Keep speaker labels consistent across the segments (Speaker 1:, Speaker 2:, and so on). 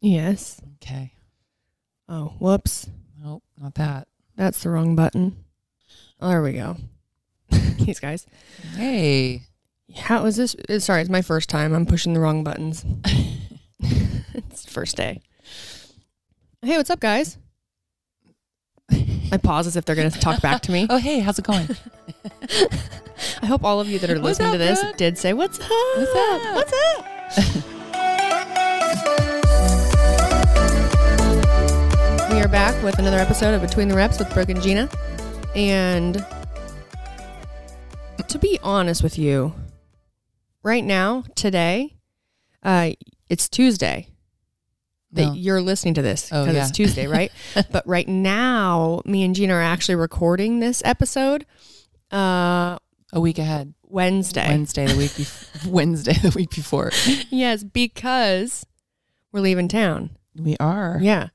Speaker 1: Yes.
Speaker 2: Okay.
Speaker 1: Oh, whoops.
Speaker 2: Nope, not that.
Speaker 1: That's the wrong button. Oh, there we go. These guys.
Speaker 2: Hey.
Speaker 1: How is this? uh, Sorry, it's my first time. I'm pushing the wrong buttons. it's the first day. Hey, what's up, guys? I pause as if they're going to talk back to me.
Speaker 2: Oh, hey, how's it going?
Speaker 1: I hope all of you that are
Speaker 2: Was
Speaker 1: listening
Speaker 2: that
Speaker 1: to this
Speaker 2: good?
Speaker 1: did say, What's up? What's
Speaker 2: up?
Speaker 1: What's up? we are back with another episode of Between the Reps with Brooke and Gina. And to be honest with you, right now, today, uh, it's Tuesday that
Speaker 2: No.
Speaker 1: you're listening to this
Speaker 2: Oh,
Speaker 1: because
Speaker 2: yeah.
Speaker 1: it's Tuesday, right? but right now, me and Gina are actually recording this episode uh,
Speaker 2: A week ahead.
Speaker 1: Wednesday.
Speaker 2: Wednesday the week bef- Wednesday the week before.
Speaker 1: yes, because we're leaving town.
Speaker 2: We are.
Speaker 1: Yeah.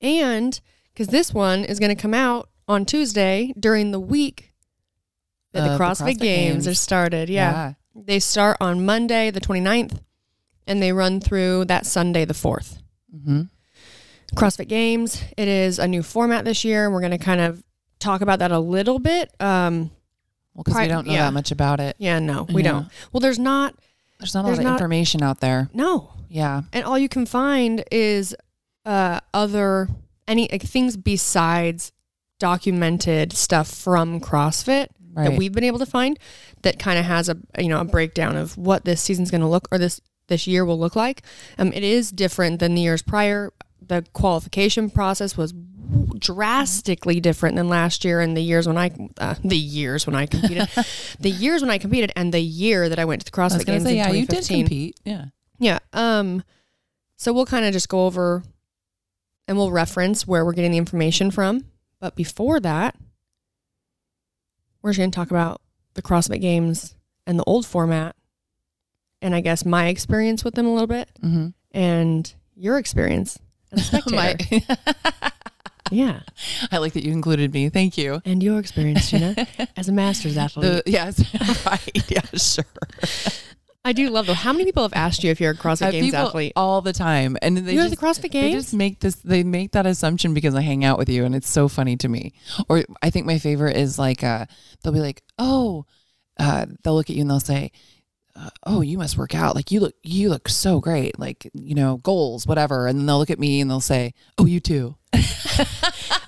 Speaker 1: And because this one is going to come out on Tuesday during the week that
Speaker 2: Of
Speaker 1: the
Speaker 2: the
Speaker 1: CrossFit,
Speaker 2: CrossFit
Speaker 1: games,
Speaker 2: Games.
Speaker 1: are started. Yeah. They start on Monday, the 29th, and they run through that Sunday, the 4th.
Speaker 2: Mm-hmm.
Speaker 1: CrossFit Games, it is a new format this year, and we're going to kind of talk about that a little bit. Um,
Speaker 2: Well, because
Speaker 1: Pri-
Speaker 2: we don't know
Speaker 1: yeah.
Speaker 2: that much about it.
Speaker 1: yeah, no, we
Speaker 2: Yeah.
Speaker 1: don't. Well, there's not,
Speaker 2: There's not a
Speaker 1: There's
Speaker 2: lot
Speaker 1: not-
Speaker 2: of information out there.
Speaker 1: no.
Speaker 2: Yeah.
Speaker 1: and all you can find is uh, other any like, things besides documented stuff from CrossFit
Speaker 2: Right.
Speaker 1: that we've been able to find that kind of has a you know a breakdown of what this season's going to look or this this year will look like. Um, it is different than the years prior. The qualification process was drastically different than last year and the years when I uh, the years when I competed, the years when I competed, and the year that I went to the
Speaker 2: I was
Speaker 1: CrossFit
Speaker 2: gonna
Speaker 1: Games
Speaker 2: say,
Speaker 1: in
Speaker 2: yeah, you did
Speaker 1: 2015.
Speaker 2: compete. Yeah.
Speaker 1: Yeah. Um so we'll kind of just go over and we'll reference where we're getting the information from. But before that, we're just gonna talk about the CrossFit games and the old format and I guess my experience with them a little bit
Speaker 2: Mm-hmm.
Speaker 1: and your experience as a spectator. yeah.
Speaker 2: Oh, I like that you included me. Thank you.
Speaker 1: And your experience, Gina, as a master's
Speaker 2: The,
Speaker 1: athlete.
Speaker 2: yes. right. Yeah. Sure.
Speaker 1: I do love though. How many people have asked you if you're a CrossFit
Speaker 2: Uh,
Speaker 1: Games
Speaker 2: people
Speaker 1: athlete?
Speaker 2: all the time, and they
Speaker 1: You're
Speaker 2: just,
Speaker 1: the CrossFit
Speaker 2: They
Speaker 1: Games?
Speaker 2: just make this. They make that assumption because I hang out with you, and it's so funny to me. Or I think my favorite is like, uh, they'll be like, "Oh," uh, they'll look at you and they'll say, uh, "Oh, you must work out. Like you look, you look so great. Like you know, goals, whatever." And then they'll look at me and they'll say, "Oh, you too."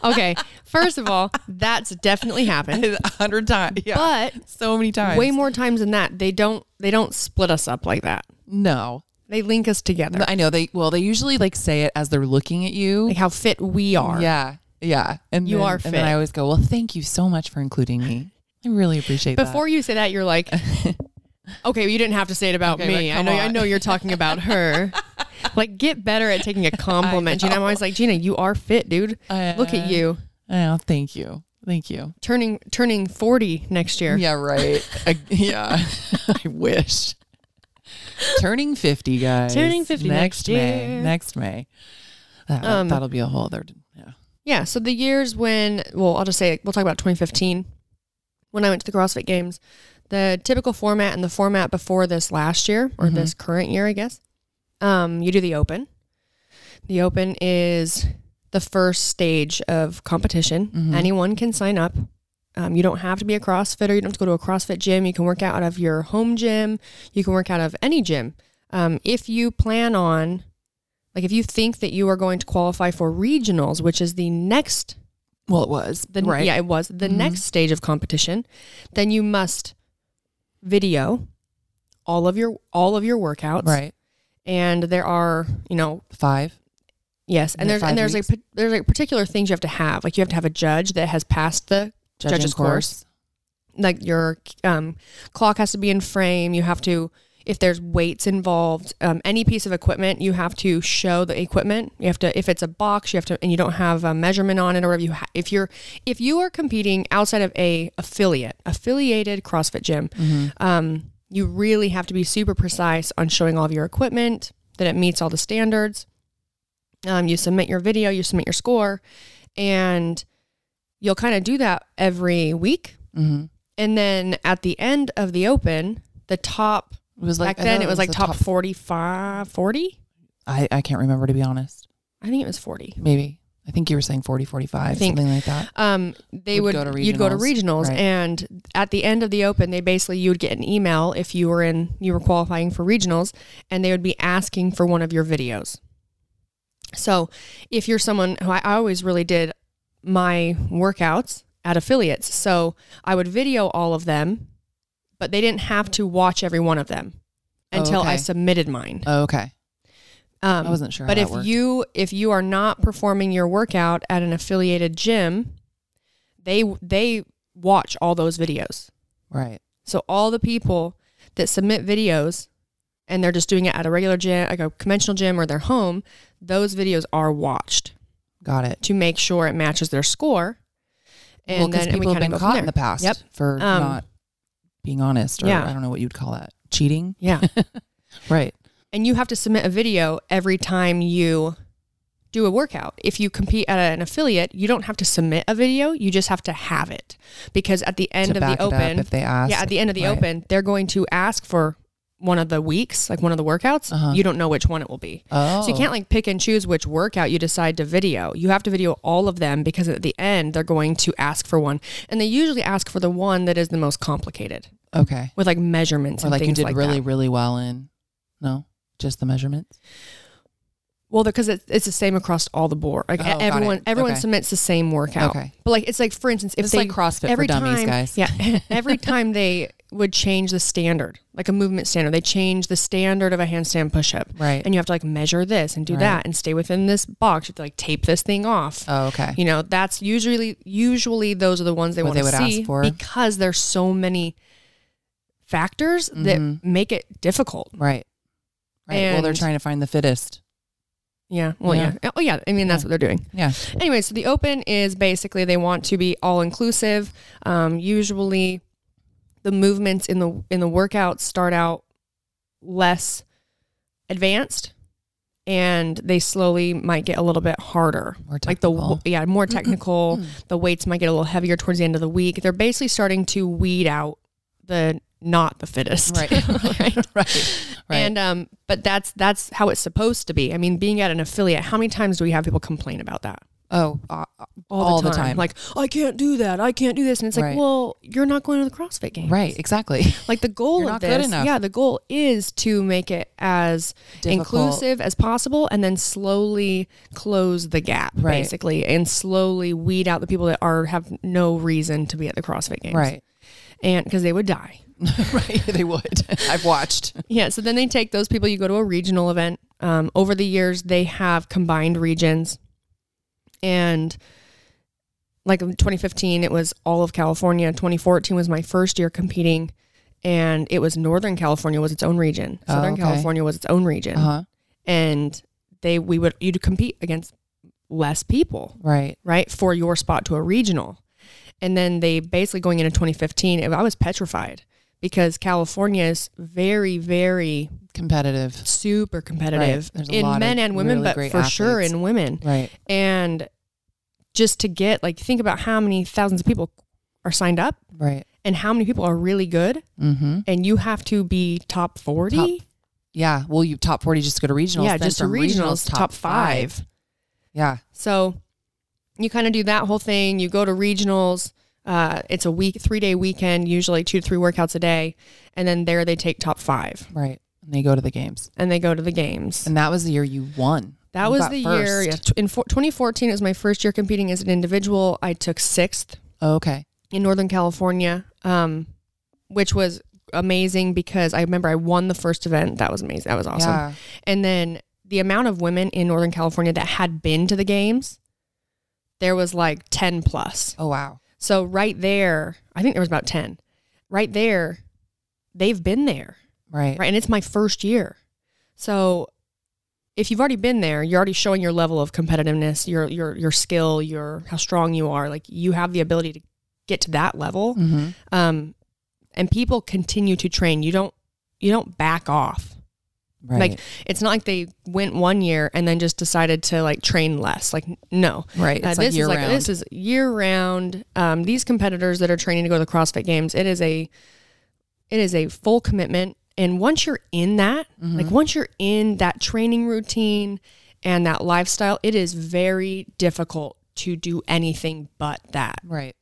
Speaker 1: okay. First of all, that's definitely happened.
Speaker 2: A hundred times, yeah,
Speaker 1: But
Speaker 2: so many times.
Speaker 1: way more times than that they don't they don't split us up like that
Speaker 2: No,
Speaker 1: they link us together
Speaker 2: I know they. Well, they usually like say it as they're looking at you.
Speaker 1: like how fit we are
Speaker 2: Yeah. Yeah. And
Speaker 1: You
Speaker 2: then-
Speaker 1: are
Speaker 2: And
Speaker 1: fit.
Speaker 2: then I always go, well, thank you so much for including me. I really appreciate
Speaker 1: before you say that you're like okay well, you didn't have to say it about
Speaker 2: Okay,
Speaker 1: me
Speaker 2: but
Speaker 1: i
Speaker 2: come
Speaker 1: know i
Speaker 2: on."
Speaker 1: know you're talking about her like get better at taking a compliment gina i'm always like gina you are fit dude
Speaker 2: that.
Speaker 1: look at you
Speaker 2: Oh, thank you. Thank you.
Speaker 1: turning turning 40 next year
Speaker 2: Yeah, right. I, yeah. I wish. Turning 50, guys.
Speaker 1: Turning 50 next year.
Speaker 2: May. Next May. That,
Speaker 1: Um,
Speaker 2: that'll be a whole other. Yeah.
Speaker 1: Yeah. So the years when, well, I'll just say we'll talk about 2015 when I went to the CrossFit Games. The typical format and the format before this last year or this current year, I guess. Um, you do the open. The open is the first stage of competition. Anyone can sign up. Um, you don't have to be a CrossFitter. You don't have to go to a CrossFit gym. You can work out of your home gym. You can work out of any gym. Um, if you plan on like if you think that you are going to qualify for regionals, which is the next
Speaker 2: Well, it was.
Speaker 1: the
Speaker 2: right. Mm-hmm.
Speaker 1: yeah, it was the next stage of competition, then you must video all of your all of your workouts.
Speaker 2: Right.
Speaker 1: And there are, you know,
Speaker 2: Five.
Speaker 1: yes, and
Speaker 2: Yeah,
Speaker 1: there's and
Speaker 2: five
Speaker 1: there's like
Speaker 2: weeks.
Speaker 1: pa- there's like particular things you have to have. Like you have to have a judge that has passed the
Speaker 2: Judging
Speaker 1: Judges course. like your um, clock has to be in frame. You have to, if there's weights involved, um, any piece of equipment, you have to show the equipment. You have to, if it's a box, you have to, and you don't have a measurement on it or whatever. You ha- if you're if you are competing outside of a affiliate affiliated CrossFit gym, um, you really have to be super precise on showing all of your equipment that it meets all the standards. Um, you submit your video, you submit your score, and you'll kind of do that every week
Speaker 2: hmm
Speaker 1: and then at the end of the open, the top
Speaker 2: It was like
Speaker 1: back then
Speaker 2: I thought
Speaker 1: it was like
Speaker 2: the
Speaker 1: top, 45, 40?
Speaker 2: I, I can't remember to be honest.
Speaker 1: I think it was 40.
Speaker 2: Maybe. I think you were saying 40, 45,
Speaker 1: think-
Speaker 2: something like that.
Speaker 1: Um, they would
Speaker 2: Would go to
Speaker 1: you'd go to
Speaker 2: regionals,
Speaker 1: regionals,
Speaker 2: right.
Speaker 1: and at the end of the open, they basically you would get an email if you were in you were qualifying for regionals, and they would be asking for one of your videos. So, if you're someone who I, I always really did my workouts at affiliates, so I would video all of them, but they didn't have to watch every one of them until I
Speaker 2: Oh, okay.
Speaker 1: submitted mine.
Speaker 2: Oh, okay.
Speaker 1: Um,
Speaker 2: I wasn't sure.
Speaker 1: but
Speaker 2: how
Speaker 1: if
Speaker 2: that worked.
Speaker 1: you if you are not performing your workout at an affiliated gym, they they watch all those videos.
Speaker 2: right,
Speaker 1: So all the people that submit videos and they're just doing it at a regular gym, like a conventional gym or their home, those videos are watched
Speaker 2: got it.
Speaker 1: to make sure it matches their score. And
Speaker 2: well,
Speaker 1: then
Speaker 2: because
Speaker 1: and we
Speaker 2: people have been
Speaker 1: kinda go from
Speaker 2: caught
Speaker 1: there.
Speaker 2: in the past
Speaker 1: Yep.
Speaker 2: for
Speaker 1: Um,
Speaker 2: not being honest, or
Speaker 1: yeah.
Speaker 2: I don't know what you'd call that, cheating.
Speaker 1: Yeah.
Speaker 2: Right.
Speaker 1: and you have to submit a video every time you do a workout. If you compete at an affiliate, you don't have to submit a video, you just have to have it. Because at the end
Speaker 2: to
Speaker 1: of
Speaker 2: back
Speaker 1: the
Speaker 2: it up
Speaker 1: open,
Speaker 2: if they ask.
Speaker 1: yeah, at the end of the
Speaker 2: Right.
Speaker 1: open, they're going to ask for one of the weeks, like one of the workouts.
Speaker 2: Uh-huh.
Speaker 1: You don't know which one it will be.
Speaker 2: Oh,
Speaker 1: So you can't like pick and choose which workout you decide to video. You have to video all of them because at the end they're going to ask for one, and they usually ask for the one that is the most complicated
Speaker 2: okay,
Speaker 1: with like measurements
Speaker 2: or
Speaker 1: and
Speaker 2: like you
Speaker 1: things
Speaker 2: did
Speaker 1: like
Speaker 2: really,
Speaker 1: that.
Speaker 2: really well in. No, just the measurements.
Speaker 1: Well, because it's, it's the same across all the board. Like e,
Speaker 2: Oh, got it.
Speaker 1: everyone, everyone
Speaker 2: Okay.
Speaker 1: submits the same workout.
Speaker 2: Okay.
Speaker 1: But like it's like for instance, if
Speaker 2: it's
Speaker 1: they
Speaker 2: like CrossFit
Speaker 1: every
Speaker 2: for dummies,
Speaker 1: time-
Speaker 2: guys.
Speaker 1: Yeah. Every time they would change the standard, like a movement standard, they change the standard of a handstand push-up.
Speaker 2: Right.
Speaker 1: And you have to like measure this and do
Speaker 2: Right.
Speaker 1: that and stay within this box. You have to like tape this thing off.
Speaker 2: Oh, okay.
Speaker 1: You know, that's usually usually those are the ones they
Speaker 2: What
Speaker 1: want
Speaker 2: they
Speaker 1: to
Speaker 2: would ask
Speaker 1: see
Speaker 2: for.
Speaker 1: because there's so many factors
Speaker 2: Mhm.
Speaker 1: that make it difficult.
Speaker 2: Right. Right. well, they're
Speaker 1: And-
Speaker 2: trying to find the fittest.
Speaker 1: Yeah. Well,
Speaker 2: Yeah.
Speaker 1: yeah. Oh, yeah. I mean, that's what they're doing.
Speaker 2: Yeah.
Speaker 1: Anyway, so the open is basically they want to be all inclusive. Um, usually, the movements in the in the workouts start out less advanced, and they slowly might get a little bit harder.
Speaker 2: More
Speaker 1: Like the
Speaker 2: technical.
Speaker 1: w- yeah, more technical. the weights might get a little heavier towards the end of the week. They're basically starting to weed out the not the fittest.
Speaker 2: Right.
Speaker 1: right.
Speaker 2: right. Right.
Speaker 1: And um, but that's that's how it's supposed to be. I mean, being at an affiliate, how many times do we have people complain about that?
Speaker 2: oh, uh, all, the time.
Speaker 1: Like, "Oh, I can't do that. I can't do this. And it's
Speaker 2: Right.
Speaker 1: like, well, you're not going to the CrossFit games.
Speaker 2: right. Exactly.
Speaker 1: Like the goal
Speaker 2: You're
Speaker 1: of
Speaker 2: not
Speaker 1: this,
Speaker 2: good enough.
Speaker 1: yeah, the goal is to make it as
Speaker 2: Difficult.
Speaker 1: inclusive as possible, and then slowly close the gap,
Speaker 2: Right.
Speaker 1: basically, and slowly weed out the people that are have no reason to be at the CrossFit games,
Speaker 2: Right.
Speaker 1: And because they would die.
Speaker 2: right. They would. I've watched.
Speaker 1: Yeah. So then they take those people. You go to a regional event. Um, over the years, they have combined regions, and like in 2015, it was all of California. 2014 was my first year competing, and it was Northern California was its own region.
Speaker 2: Oh,
Speaker 1: Southern
Speaker 2: okay.
Speaker 1: California was its own region,
Speaker 2: Uh huh.
Speaker 1: and they we would you'd compete against less people
Speaker 2: Right.
Speaker 1: right for your spot to a regional and then they basically going into 2015 i was petrified because california is very very
Speaker 2: Competitive.
Speaker 1: super competitive
Speaker 2: There's a lot
Speaker 1: in
Speaker 2: of
Speaker 1: men and women
Speaker 2: really
Speaker 1: but
Speaker 2: great
Speaker 1: for sure
Speaker 2: athletes.
Speaker 1: in women
Speaker 2: Right.
Speaker 1: and just to get like think about how many thousands of people are signed up
Speaker 2: Right.
Speaker 1: and how many people are really good
Speaker 2: Mm-hmm.
Speaker 1: and you have to be top 40
Speaker 2: Top Yeah. Well, you top 40 just go to regionals.
Speaker 1: yeah
Speaker 2: then
Speaker 1: just to
Speaker 2: from
Speaker 1: regionals, top, five.
Speaker 2: Yeah.
Speaker 1: So you kind of do that whole thing. You go to regionals. Uh, it's a week, three day weekend, usually two to three workouts a day. And then there they take top five
Speaker 2: Right. And they go to the games.
Speaker 1: and they go to the games.
Speaker 2: And that was the year you won.
Speaker 1: that
Speaker 2: You
Speaker 1: was
Speaker 2: got
Speaker 1: the year.
Speaker 2: first.
Speaker 1: Yeah, tw- in four, 2014, it was my first year competing as an individual. I took sixth
Speaker 2: Oh, okay.
Speaker 1: in Northern California, um, which was amazing because I remember I won the first event. That was amazing. That was awesome.
Speaker 2: Yeah.
Speaker 1: And then the amount of women in Northern California that had been to the games, there was like 10 plus.
Speaker 2: Oh, wow.
Speaker 1: So right there, I think there was about 10. Right there, they've been there.
Speaker 2: Right.
Speaker 1: Right. And it's my first year. So if you've already been there, you're already showing your level of competitiveness, your your your skill, your how strong you are. Like you have the ability to get to that level.
Speaker 2: Mm-hmm.
Speaker 1: Um and people continue to train. You don't you don't back off.
Speaker 2: Right.
Speaker 1: Like it's not like they went one year and then just decided to like train less. Like n- no.
Speaker 2: right.
Speaker 1: Uh,
Speaker 2: It's like
Speaker 1: this
Speaker 2: year
Speaker 1: is like
Speaker 2: round.
Speaker 1: this is year round. Um, these competitors that are training to go to the CrossFit Games, it is a it is a full commitment, And once you're in that,
Speaker 2: Mm-hmm.
Speaker 1: like once you're in that training routine and that lifestyle, it is very difficult to do anything but that.
Speaker 2: Right.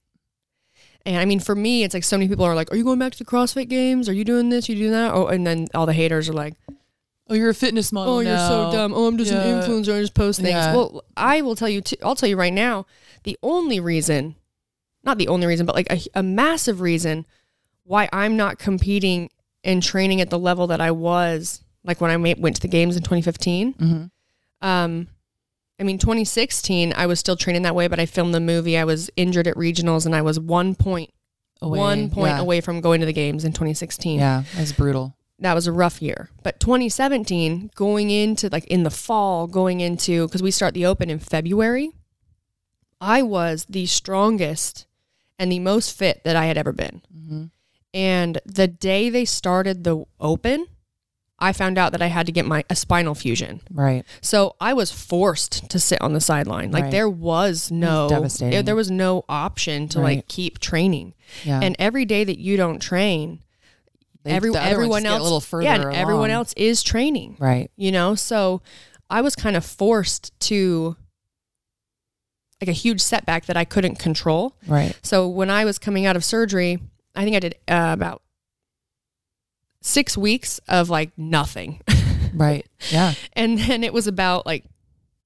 Speaker 1: And I mean, for me, it's like so many people are like, "Are you going back to the CrossFit Games? Are you doing this? Are you doing that?" Oh, and then all the haters are like,
Speaker 2: Oh, you're a fitness model.
Speaker 1: "Oh, you're so
Speaker 2: now.
Speaker 1: dumb. Oh, I'm just
Speaker 2: Yeah.
Speaker 1: an influencer. I just post things."
Speaker 2: Yeah.
Speaker 1: Well, I will tell you. T- I'll tell you right now. The only reason, not the only reason, but like a, a massive reason why I'm not competing and training at the level that I was, like when I ma- went to the games in 2015.
Speaker 2: Mhm.
Speaker 1: Um, I mean, 2016, I was still training that way, but I filmed the movie. I was injured at regionals, and I was one point
Speaker 2: Away.
Speaker 1: one point
Speaker 2: Yeah.
Speaker 1: away from going to the games in 2016.
Speaker 2: Yeah, that's brutal.
Speaker 1: That was a rough year. But 2017, going into like in the fall, going into because we start the open in February, I was the strongest and the most fit that I had ever been.
Speaker 2: Mm-hmm.
Speaker 1: And the day they started the open, I found out that I had to get my a spinal fusion.
Speaker 2: Right.
Speaker 1: So I was forced to sit on the sideline. Like
Speaker 2: Right.
Speaker 1: there was no
Speaker 2: devastating.
Speaker 1: there was no option to
Speaker 2: Right.
Speaker 1: like keep training.
Speaker 2: Yeah.
Speaker 1: And every day that you don't train,
Speaker 2: They-
Speaker 1: every,
Speaker 2: the other ones
Speaker 1: everyone
Speaker 2: get
Speaker 1: else
Speaker 2: a little further.
Speaker 1: yeah, and
Speaker 2: along.
Speaker 1: everyone else is training,
Speaker 2: Right.
Speaker 1: you know? So I was kind of forced to like a huge setback that I couldn't control.
Speaker 2: Right.
Speaker 1: So when I was coming out of surgery, I think I did uh, about 6 weeks of like nothing.
Speaker 2: Right. Yeah.
Speaker 1: and then it was about like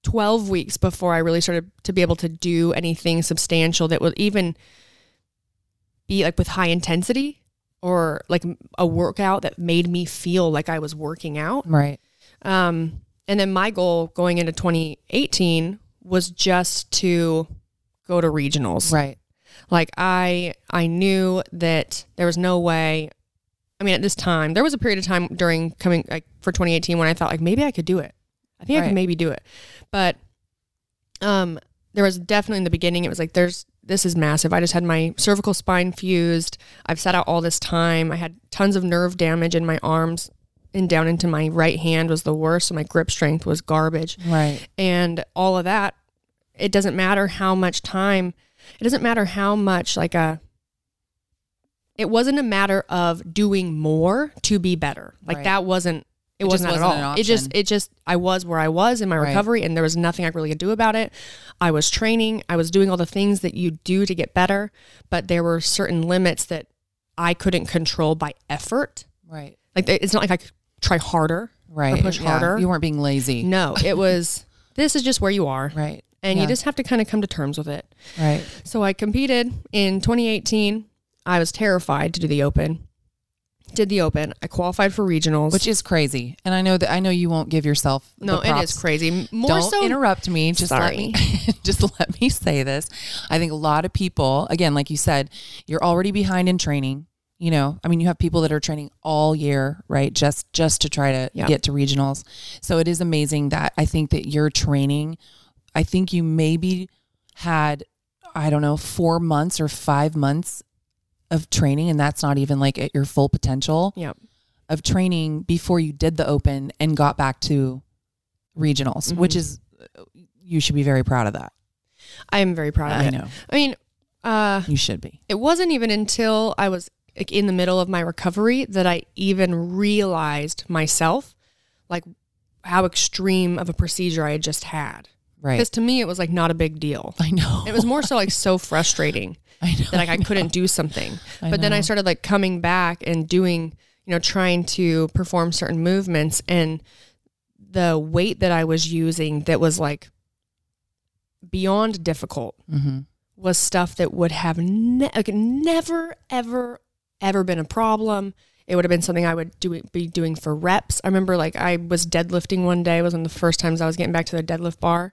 Speaker 1: 12 weeks before I really started to be able to do anything substantial that would even be like with high intensity or like a workout that made me feel like I was working out.
Speaker 2: Right.
Speaker 1: Um, and then my goal going into 2018 was just to go to regionals
Speaker 2: Right.
Speaker 1: like i i knew that there was no way i mean at this time there was a period of time during coming like for 2018 when i thought like maybe i could do it i think i
Speaker 2: Right.
Speaker 1: could maybe do it but um there was definitely in the beginning it was like there's this is massive i just had my cervical spine fused i've sat out all this time i had tons of nerve damage in my arms and down into my right hand was the worst so my grip strength was garbage
Speaker 2: Right.
Speaker 1: and all of that it doesn't matter how much time it doesn't matter how much like a it wasn't a matter of doing more to be better like
Speaker 2: Right.
Speaker 1: that wasn't it,
Speaker 2: It just
Speaker 1: was not at
Speaker 2: wasn't an
Speaker 1: all it just
Speaker 2: option.
Speaker 1: it just i was where i was in my
Speaker 2: Right.
Speaker 1: recovery and there was nothing i really could do about it i was training i was doing all the things that you do to get better but there were certain limits that i couldn't control by effort
Speaker 2: Right.
Speaker 1: like it's not like i could try harder
Speaker 2: Right.
Speaker 1: push
Speaker 2: Yeah.
Speaker 1: harder.
Speaker 2: You weren't being lazy.
Speaker 1: no it was this is just where you are
Speaker 2: Right.
Speaker 1: and
Speaker 2: Yeah.
Speaker 1: you just have to kind of come to terms with it.
Speaker 2: Right.
Speaker 1: So I competed in 2018. I was terrified to do the open. Did the open. I qualified for regionals.
Speaker 2: Which is crazy. And I know that I know you won't give yourself
Speaker 1: no,
Speaker 2: the
Speaker 1: it
Speaker 2: props
Speaker 1: is crazy. More
Speaker 2: Don't
Speaker 1: so
Speaker 2: interrupt me. Just let me just let me say this. I think a lot of people, again, like you said, you're already behind in training. You know, I mean, you have people that are training all year, right? Just just to try to
Speaker 1: Yeah.
Speaker 2: get to regionals. So it is amazing that I think that your training, I think you maybe had, I don't know, four months or five months of training, and that's not even like at your full potential
Speaker 1: Yep.
Speaker 2: of training before you did the open and got back to regionals,
Speaker 1: Mm-hmm.
Speaker 2: which is you should be very proud of that.
Speaker 1: I am very proud of
Speaker 2: I
Speaker 1: it.
Speaker 2: know
Speaker 1: I mean, uh,
Speaker 2: you should be.
Speaker 1: it wasn't even until I was like, in the middle of my recovery that I even realized myself, like how extreme of a procedure I had just had.
Speaker 2: Right.
Speaker 1: Because to me, it was like not a big deal.
Speaker 2: I know.
Speaker 1: It was more so like so frustrating.
Speaker 2: I know.
Speaker 1: that like I couldn't do something.
Speaker 2: I
Speaker 1: but then I
Speaker 2: know.
Speaker 1: started like coming back and doing, you know, trying to perform certain movements and the weight that I was using that was like beyond difficult
Speaker 2: hmm
Speaker 1: was stuff that would have ne- like never ever ever been a problem. It would have been something I would do be doing for reps. I remember like I was deadlifting one day. It was one of the first times I was getting back to the deadlift bar,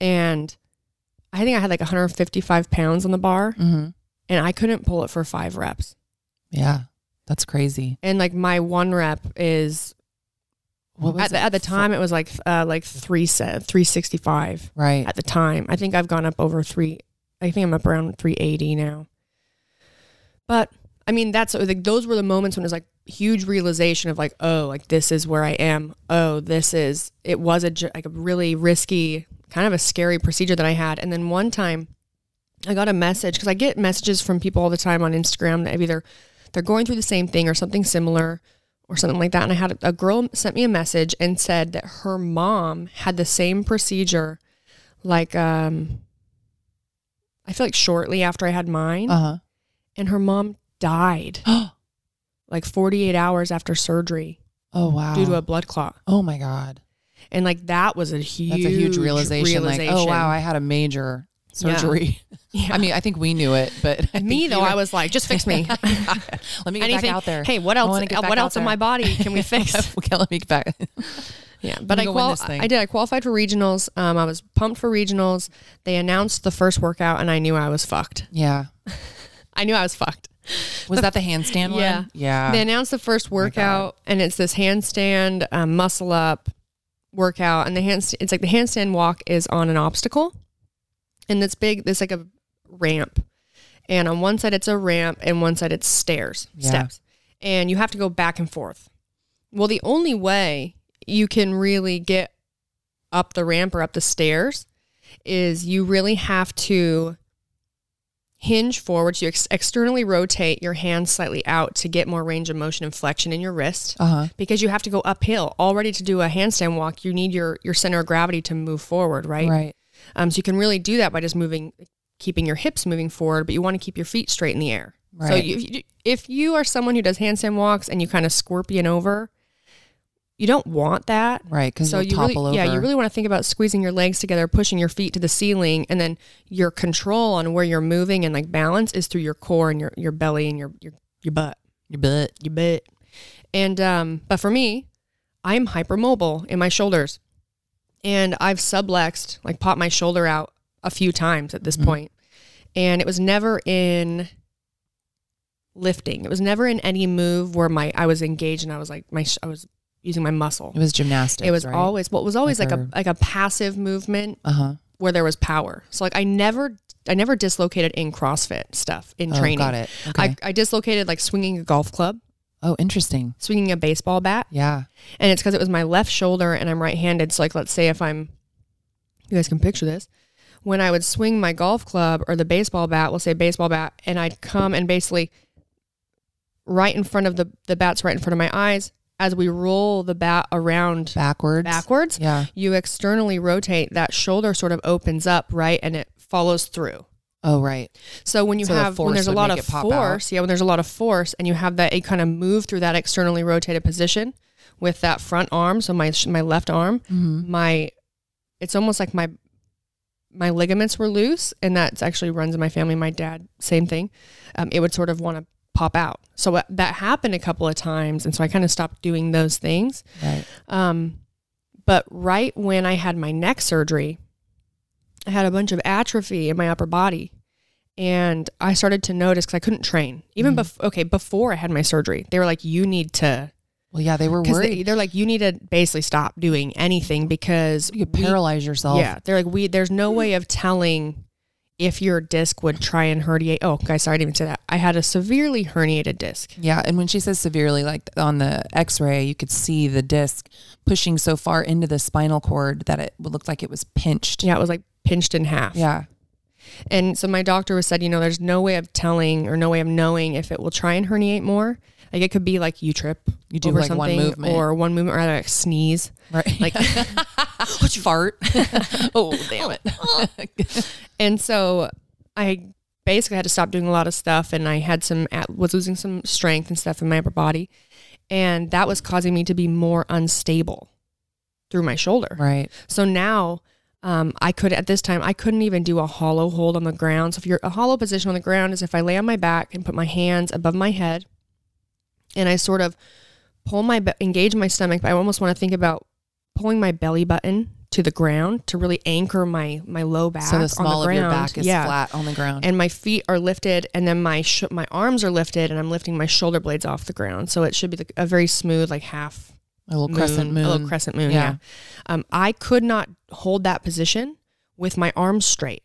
Speaker 1: and I think I had like 155 pounds on the bar,
Speaker 2: hmm
Speaker 1: and I couldn't pull it for five reps.
Speaker 2: Yeah, that's crazy.
Speaker 1: And like my one rep is
Speaker 2: What was
Speaker 1: at the,
Speaker 2: it?
Speaker 1: at the time it was like uh, like three set three sixty five
Speaker 2: Right.
Speaker 1: at the time. I think I've gone up over three. I think I'm up around three eighty now. But I mean that's like those were the moments when it was like huge realization of like oh like this is where I am. Oh this is it was a j- like a really risky kind of a scary procedure that I had. And then one time I got a message because I get messages from people all the time on Instagram that have either they're going through the same thing or something similar, or something like that. And I had a girl sent me a message and said that her mom had the same procedure, like um, I feel like shortly after I had mine,
Speaker 2: Uh
Speaker 1: and her mom died
Speaker 2: huh.
Speaker 1: like 48 hours after surgery
Speaker 2: Oh wow.
Speaker 1: due to a blood clot.
Speaker 2: oh my god.
Speaker 1: And like that was a huge,
Speaker 2: That's a huge realization, Like, oh wow, I had a major
Speaker 1: Yeah.
Speaker 2: surgery.
Speaker 1: Yeah.
Speaker 2: I mean, I think we knew it, but I think
Speaker 1: me
Speaker 2: you
Speaker 1: though,
Speaker 2: were-
Speaker 1: I was like, just fix me.
Speaker 2: Let me get
Speaker 1: Anything
Speaker 2: back out there.
Speaker 1: Hey, what
Speaker 2: I
Speaker 1: else?
Speaker 2: wanna get
Speaker 1: uh,
Speaker 2: back
Speaker 1: What
Speaker 2: out
Speaker 1: else in
Speaker 2: there.
Speaker 1: my body can we fix?
Speaker 2: okay, let me get back.
Speaker 1: yeah, but
Speaker 2: me
Speaker 1: I
Speaker 2: go win
Speaker 1: qual-
Speaker 2: this thing.
Speaker 1: I did. I qualified for regionals. Um, I was pumped for regionals. They announced the first workout, and I knew I was fucked.
Speaker 2: Yeah.
Speaker 1: I knew I was fucked.
Speaker 2: Was that the handstand
Speaker 1: Yeah.
Speaker 2: one? Yeah.
Speaker 1: They announced the first workout, and it's this handstand um, muscle up workout, and the hand it's like the handstand walk is on an obstacle, and it's big. It's like a ramp, and on one side it's a ramp, and one side it's stairs,
Speaker 2: Yeah.
Speaker 1: steps, and you have to go back and forth. Well, the only way you can really get up the ramp or up the stairs is you really have to hinge forward. You ex- externally rotate your hands slightly out to get more range of motion and flexion in your wrist
Speaker 2: uh huh.
Speaker 1: because you have to go uphill. Already to do a handstand walk, you need your, your center of gravity to move forward, right?
Speaker 2: Right.
Speaker 1: Um, so you can really do that by just moving, keeping your hips moving forward, but you want to keep your feet straight in the air. So
Speaker 2: Right.
Speaker 1: you, you- if you are someone who does handstand walks and you kind of scorpion over, you don't want that.
Speaker 2: Right. Because
Speaker 1: So
Speaker 2: you'll
Speaker 1: you really,
Speaker 2: topple over.
Speaker 1: yeah, you really want to think about squeezing your legs together, pushing your feet to the ceiling, and then your control on where you're moving and like balance is through your core and your your belly and your your your butt,
Speaker 2: your butt.
Speaker 1: your butt. And um, but for me, I'm hypermobile in my shoulders, and I've subluxed, like popped my shoulder out a few times at this
Speaker 2: Mm-hmm.
Speaker 1: point. and it was never in lifting. It was never in any move where my I was engaged and I was like my sh- I was using my muscle.
Speaker 2: It was gymnastics.
Speaker 1: It was
Speaker 2: right?
Speaker 1: always what was always
Speaker 2: Like
Speaker 1: like,
Speaker 2: our-
Speaker 1: a like a passive movement
Speaker 2: Uh huh.
Speaker 1: where there was power. So like I never I never dislocated in CrossFit stuff in
Speaker 2: Oh,
Speaker 1: training.
Speaker 2: got it. Okay.
Speaker 1: I, I dislocated like swinging a golf club,
Speaker 2: oh, interesting.
Speaker 1: swinging a baseball bat,
Speaker 2: Yeah.
Speaker 1: and it's because it was my left shoulder and I'm right-handed. So like let's say if I'm, you guys can picture this. When I would swing my golf club or the baseball bat, we'll say baseball bat, and I'd come and basically right in front of the the bat's right in front of my eyes as we roll the bat around
Speaker 2: Backwards.
Speaker 1: backwards
Speaker 2: Yeah.
Speaker 1: you externally rotate, that shoulder sort of opens up, right? And it follows through.
Speaker 2: Oh, right.
Speaker 1: So when you
Speaker 2: So the
Speaker 1: have when
Speaker 2: force
Speaker 1: there's a
Speaker 2: would
Speaker 1: lot
Speaker 2: make
Speaker 1: of
Speaker 2: it pop out.
Speaker 1: force, yeah, when there's a lot of force and you have that it kind of move through that externally rotated position with that front arm, so my sh- my left arm,
Speaker 2: Mm-hmm.
Speaker 1: my it's almost like my my ligaments were loose and that's actually runs in my family my dad same thing um, it would sort of want to pop out so uh, that happened a couple of times and so i kind of stopped doing those things
Speaker 2: Right.
Speaker 1: um, but right when I had my neck surgery, I had a bunch of atrophy in my upper body. And I started to notice because I couldn't train. Even
Speaker 2: Mhm.
Speaker 1: before, okay, before I had my surgery, they were like, you need to,
Speaker 2: Well, yeah, they were
Speaker 1: because
Speaker 2: worried.
Speaker 1: they, they're like, you need to basically stop doing anything because
Speaker 2: you could
Speaker 1: we-
Speaker 2: paralyze yourself.
Speaker 1: yeah, they're like, we there's no way of telling if your disc would try and herniate. Oh, guys, sorry, I didn't even say that. I had a severely herniated disc.
Speaker 2: Yeah, and when she says severely, like on the X-ray, you could see the disc pushing so far into the spinal cord that it would look like it was pinched.
Speaker 1: Yeah, it was like pinched in half.
Speaker 2: yeah,
Speaker 1: And so my doctor was said, you know, there's no way of telling or no way of knowing if it will try and herniate more. Like it could be like you trip,
Speaker 2: You do,
Speaker 1: over
Speaker 2: like, one
Speaker 1: something
Speaker 2: movement.
Speaker 1: or one movement, or either like sneeze.
Speaker 2: right.
Speaker 1: Like-
Speaker 2: what you fart? oh damn it!
Speaker 1: And so I basically had to stop doing a lot of stuff, and I had some at- was losing some strength and stuff in my upper body, and that was causing me to be more unstable through my shoulder.
Speaker 2: right.
Speaker 1: So now um, I could, at this time, I couldn't even do a hollow hold on the ground. So if you're a hollow position on the ground is if I lay on my back and put my hands above my head and I sort of pull my, be- engage my stomach, but I almost want to think about pulling my belly button to the ground to really anchor my, my low back
Speaker 2: So
Speaker 1: on
Speaker 2: the small
Speaker 1: the
Speaker 2: of
Speaker 1: ground.
Speaker 2: your back is
Speaker 1: yeah.
Speaker 2: flat on the ground.
Speaker 1: And my feet are lifted, and then my sh- my arms are lifted, and I'm lifting my shoulder blades off the ground. So it should be like a very smooth, like half
Speaker 2: a little crescent moon.
Speaker 1: a little crescent moon.
Speaker 2: Yeah.
Speaker 1: Yeah. Um, I could not hold that position with my arms straight.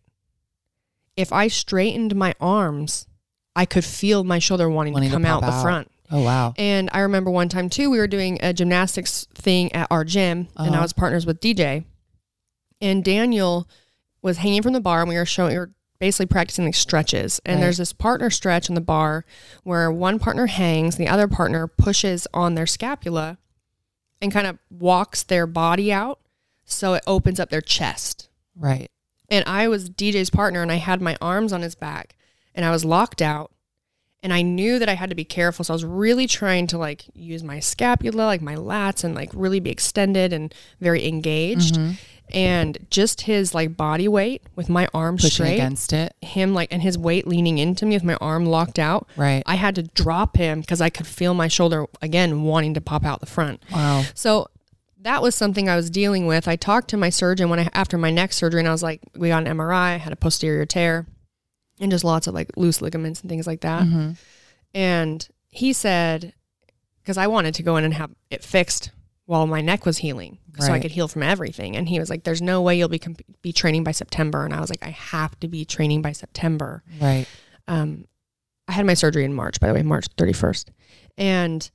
Speaker 1: If I straightened my arms, I could feel my shoulder wanting,
Speaker 2: Wanting
Speaker 1: to
Speaker 2: to
Speaker 1: come out
Speaker 2: pop
Speaker 1: the
Speaker 2: out.
Speaker 1: front.
Speaker 2: Oh wow.
Speaker 1: And I remember one time too, we were doing a gymnastics thing at our gym, and I
Speaker 2: Uh-huh.
Speaker 1: was partners with DJ, and Daniel was hanging from the bar, and we were showing, we were basically practicing these stretches. And
Speaker 2: Right.
Speaker 1: there's this partner stretch in the bar where one partner hangs and the other partner pushes on their scapula and kind of walks their body out so it opens up their chest.
Speaker 2: Right.
Speaker 1: And I was DJ's partner and I had my arms on his back and I was locked out. And I knew that I had to be careful. So I was really trying to like use my scapula, like my lats, and like really be extended and very engaged.
Speaker 2: Mm-hmm.
Speaker 1: And just his like body weight with my arm
Speaker 2: Pushing
Speaker 1: straight,
Speaker 2: against it.
Speaker 1: him like, and his weight leaning into me with my arm locked out.
Speaker 2: Right.
Speaker 1: I had to drop him because I could feel my shoulder again wanting to pop out the front.
Speaker 2: wow.
Speaker 1: So that was something I was dealing with. I talked to my surgeon when I after my neck surgery, and I was like, we got an MRI, I had a posterior tear, and just lots of like loose ligaments and things like that.
Speaker 2: Mhm.
Speaker 1: And he said, because I wanted to go in and have it fixed while my neck was healing, so I
Speaker 2: Right.
Speaker 1: could heal from everything. And he was like, "There's no way you'll be comp- be training by September." And I was like, "I have to be training by September."
Speaker 2: Right.
Speaker 1: um, I had my surgery in March, by the way, March 31st. And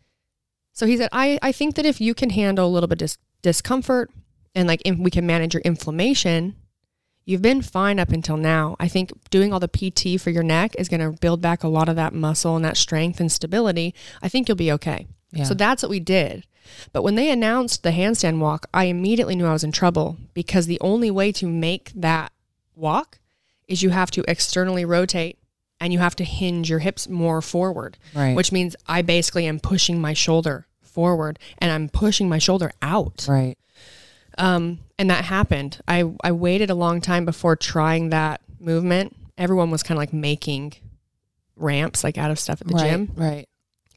Speaker 1: so he said, I, I think that if you can handle a little bit of dis- discomfort and like if we can manage your inflammation, you've been fine up until now. I think doing all the PT for your neck is going to build back a lot of that muscle and that strength and stability. I think you'll be okay.
Speaker 2: Yeah.
Speaker 1: So that's what we did. But when they announced the handstand walk, I immediately knew I was in trouble because the only way to make that walk is you have to externally rotate and you have to hinge your hips more forward,
Speaker 2: right.
Speaker 1: which means I basically am pushing my shoulder forward and I'm pushing my shoulder out.
Speaker 2: right.
Speaker 1: Um, and that happened. I, I waited a long time before trying that movement. Everyone was kind of like making ramps like out of stuff at the
Speaker 2: right.
Speaker 1: gym.
Speaker 2: Right.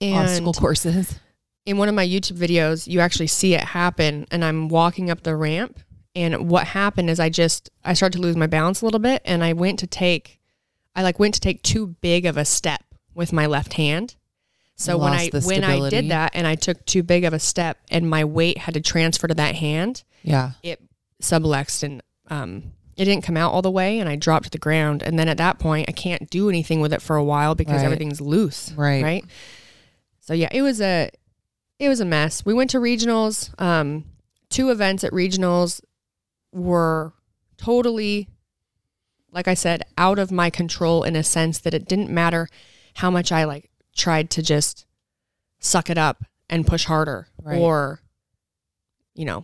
Speaker 1: And
Speaker 2: Obstacle courses.
Speaker 1: in one of my YouTube videos, you actually see it happen and I'm walking up the ramp and what happened is I just I started to lose my balance a little bit and I went to take I like went to take too big of a step with my left hand. So when
Speaker 2: Lost
Speaker 1: I
Speaker 2: the
Speaker 1: when I
Speaker 2: stability.
Speaker 1: did that and I took too big of a step and my weight had to transfer to that hand,
Speaker 2: Yeah.
Speaker 1: it subluxed and um, it didn't come out all the way and I dropped to the ground. And then at that point, I can't do anything with it for a while because
Speaker 2: Right.
Speaker 1: everything's loose.
Speaker 2: Right.
Speaker 1: Right. So yeah, it was a it was a mess. We went to regionals. Um, two events at regionals were totally, like I said, out of my control in a sense that it didn't matter how much I like tried to just suck it up and push harder
Speaker 2: Right.
Speaker 1: or you know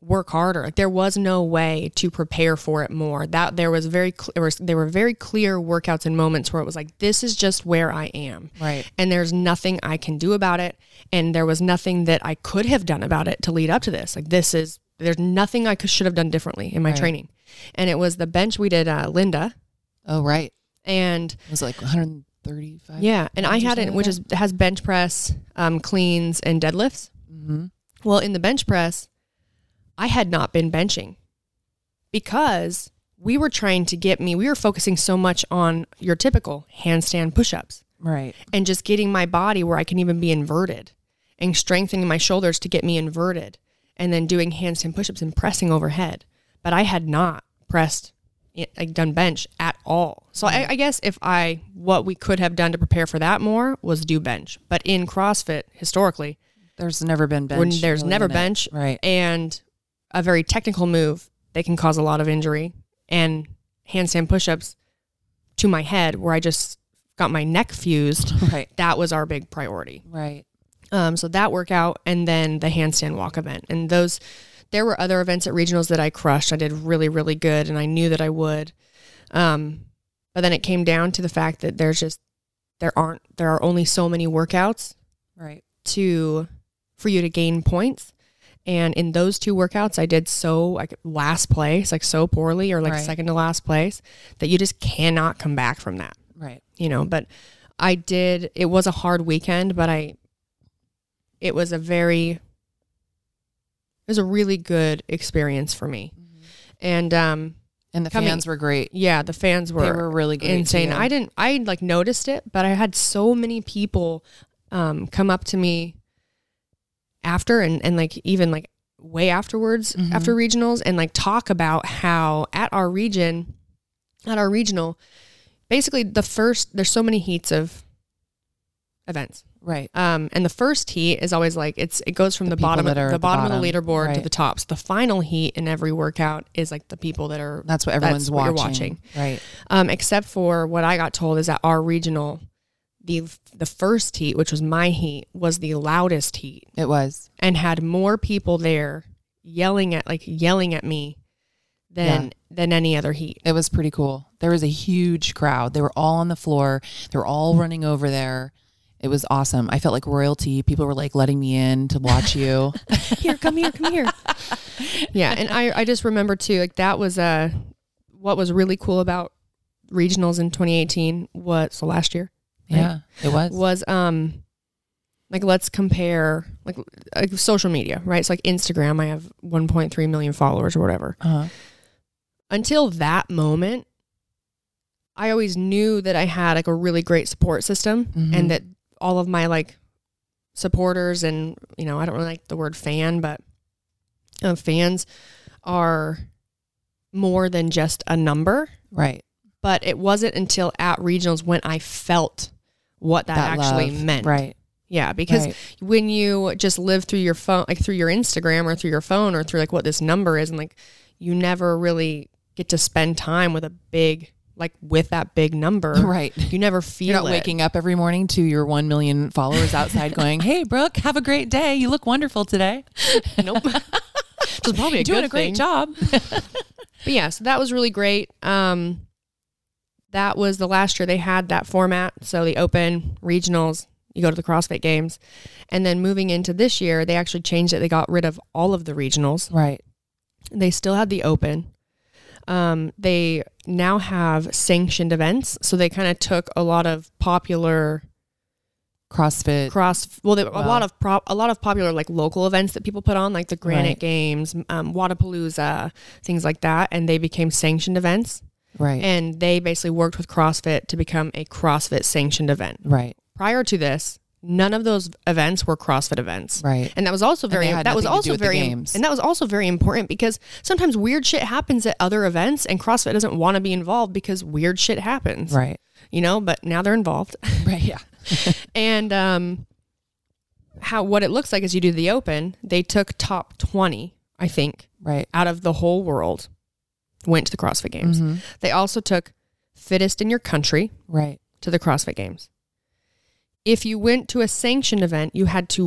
Speaker 1: work harder like there was no way to prepare for it more that there was very cl- there, was, there were very clear workouts and moments where it was like this is just where i am
Speaker 2: Right.
Speaker 1: and there's nothing i can do about it and there was nothing that i could have done about it to lead up to this like this is there's nothing i could, should have done differently in my
Speaker 2: Right.
Speaker 1: training and it was the bench we did uh, linda
Speaker 2: Oh, right.
Speaker 1: and
Speaker 2: It was like 135.
Speaker 1: yeah and i
Speaker 2: Bench or
Speaker 1: had it
Speaker 2: something
Speaker 1: which
Speaker 2: like
Speaker 1: is has bench press um, cleans and deadlifts
Speaker 2: Mm-hmm.
Speaker 1: Well, in the bench press, I had not been benching because we were trying to get me, we were focusing so much on your typical handstand push ups
Speaker 2: Right.
Speaker 1: and just getting my body where I can even be inverted and strengthening my shoulders to get me inverted and then doing handstand push ups and pressing overhead. But I had not pressed, eh, like done bench at all. So I, I guess if I, what we could have done to prepare for that more was do bench. But in CrossFit, historically,
Speaker 2: There's never been bench.
Speaker 1: when there's
Speaker 2: really
Speaker 1: never
Speaker 2: in it.
Speaker 1: bench
Speaker 2: Right.
Speaker 1: and a very technical move that can cause a lot of injury and handstand push-ups to my head where i just got my neck fused
Speaker 2: Right.
Speaker 1: that was our big priority
Speaker 2: Right.
Speaker 1: um, so that workout and then the handstand walk event and those there were other events at regionals that i crushed i did really really good and i knew that i would um, but then it came down to the fact that there's just there aren't there are only so many workouts
Speaker 2: Right.
Speaker 1: to for you to gain points. And in those two workouts, I did so like last place, like so poorly, or like
Speaker 2: Right.
Speaker 1: second to last place, that you just cannot come back from that,
Speaker 2: Right.
Speaker 1: you know. But I did. It was a hard weekend, but I. It was a very. It was a really good experience for me,
Speaker 2: Mm-hmm.
Speaker 1: and um,
Speaker 2: And the
Speaker 1: Coming-
Speaker 2: fans were great.
Speaker 1: yeah, the fans
Speaker 2: they were really great. to
Speaker 1: insane.
Speaker 2: you.
Speaker 1: I didn't. I like noticed it, but I had so many people um, come up to me after and and like even like way afterwards
Speaker 2: Mhm.
Speaker 1: after regionals and like talk about how at our region, at our regional, basically the first there's so many heats of events.
Speaker 2: Right.
Speaker 1: Um, and the first heat is always like it's it goes from the,
Speaker 2: people
Speaker 1: bottom
Speaker 2: that are
Speaker 1: the
Speaker 2: at the
Speaker 1: bottom, of the
Speaker 2: bottom,
Speaker 1: leaderboard to
Speaker 2: right.
Speaker 1: the top. So the final heat in every workout is like the people that are
Speaker 2: That's what everyone's
Speaker 1: what you're
Speaker 2: watching. Right.
Speaker 1: um, except for what I got told is that our regional the the first heat, which was my heat, was the loudest heat
Speaker 2: It was.
Speaker 1: and had more people there yelling at like yelling at me than than any other heat.
Speaker 2: It was pretty cool. There was a huge crowd. They were all on the floor. They were all running over there. It was awesome. I felt like royalty. People were like letting me in to watch you.
Speaker 1: Here, come here, come here. yeah, and I I just remember too like that was uh what was really cool about regionals in 2018 was so last year
Speaker 2: yeah, it was.
Speaker 1: was um like let's compare like, like social media right so like instagram i have 1.3 million followers or whatever
Speaker 2: Uh-huh.
Speaker 1: until that moment i always knew that i had like a really great support system
Speaker 2: Mhm.
Speaker 1: and that all of my like supporters and you know i don't really like the word fan but uh, fans are more than just a number
Speaker 2: Right.
Speaker 1: but it wasn't until at regionals when i felt what that, actually
Speaker 2: love.
Speaker 1: meant
Speaker 2: Right.
Speaker 1: yeah, because
Speaker 2: right.
Speaker 1: when you just live through your phone, like through your Instagram or through your phone or through like what this number is, and like you never really get to spend time with a big, like with that big number.
Speaker 2: Right.
Speaker 1: You never feel
Speaker 2: You're not
Speaker 1: it.
Speaker 2: waking up every morning to your 1 million followers outside going, Hey, Brooke, have a great day. You look wonderful today.
Speaker 1: Nope. Which is probably
Speaker 2: You're
Speaker 1: a
Speaker 2: doing
Speaker 1: good
Speaker 2: a great
Speaker 1: thing.
Speaker 2: job.
Speaker 1: But yeah, so that was really great. Um, that was the last year they had that format. So the open regionals, you go to the CrossFit games. And then moving into this year, they actually changed it. They got rid of all of the regionals.
Speaker 2: right.
Speaker 1: They still had the open. Um, they now have sanctioned events, so they kind of took a lot of popular
Speaker 2: CrossFit.
Speaker 1: cross. Well, they, a
Speaker 2: Wow.
Speaker 1: lot of prop, a lot of popular like local events that people put on, like the Granite
Speaker 2: Right.
Speaker 1: Games, um, Wadapalooza, things like that, and they became sanctioned events.
Speaker 2: right.
Speaker 1: And they basically worked with CrossFit to become a CrossFit sanctioned event.
Speaker 2: right.
Speaker 1: Prior to this, none of those events were CrossFit events.
Speaker 2: Right.
Speaker 1: And that was also
Speaker 2: they
Speaker 1: very
Speaker 2: had
Speaker 1: that was
Speaker 2: nothing to do
Speaker 1: also
Speaker 2: with the
Speaker 1: very
Speaker 2: games.
Speaker 1: and that was also very important because sometimes weird shit happens at other events and CrossFit doesn't want to be involved because weird shit happens.
Speaker 2: Right.
Speaker 1: You know, but now they're involved.
Speaker 2: Right. Yeah.
Speaker 1: and um how what it looks like is you do the open, they took top 20, I think,
Speaker 2: Right.
Speaker 1: out of the whole world went to the CrossFit games.
Speaker 2: Mhm.
Speaker 1: They also took fittest in your country
Speaker 2: Right.
Speaker 1: to the CrossFit games. If you went to a sanctioned event, you had to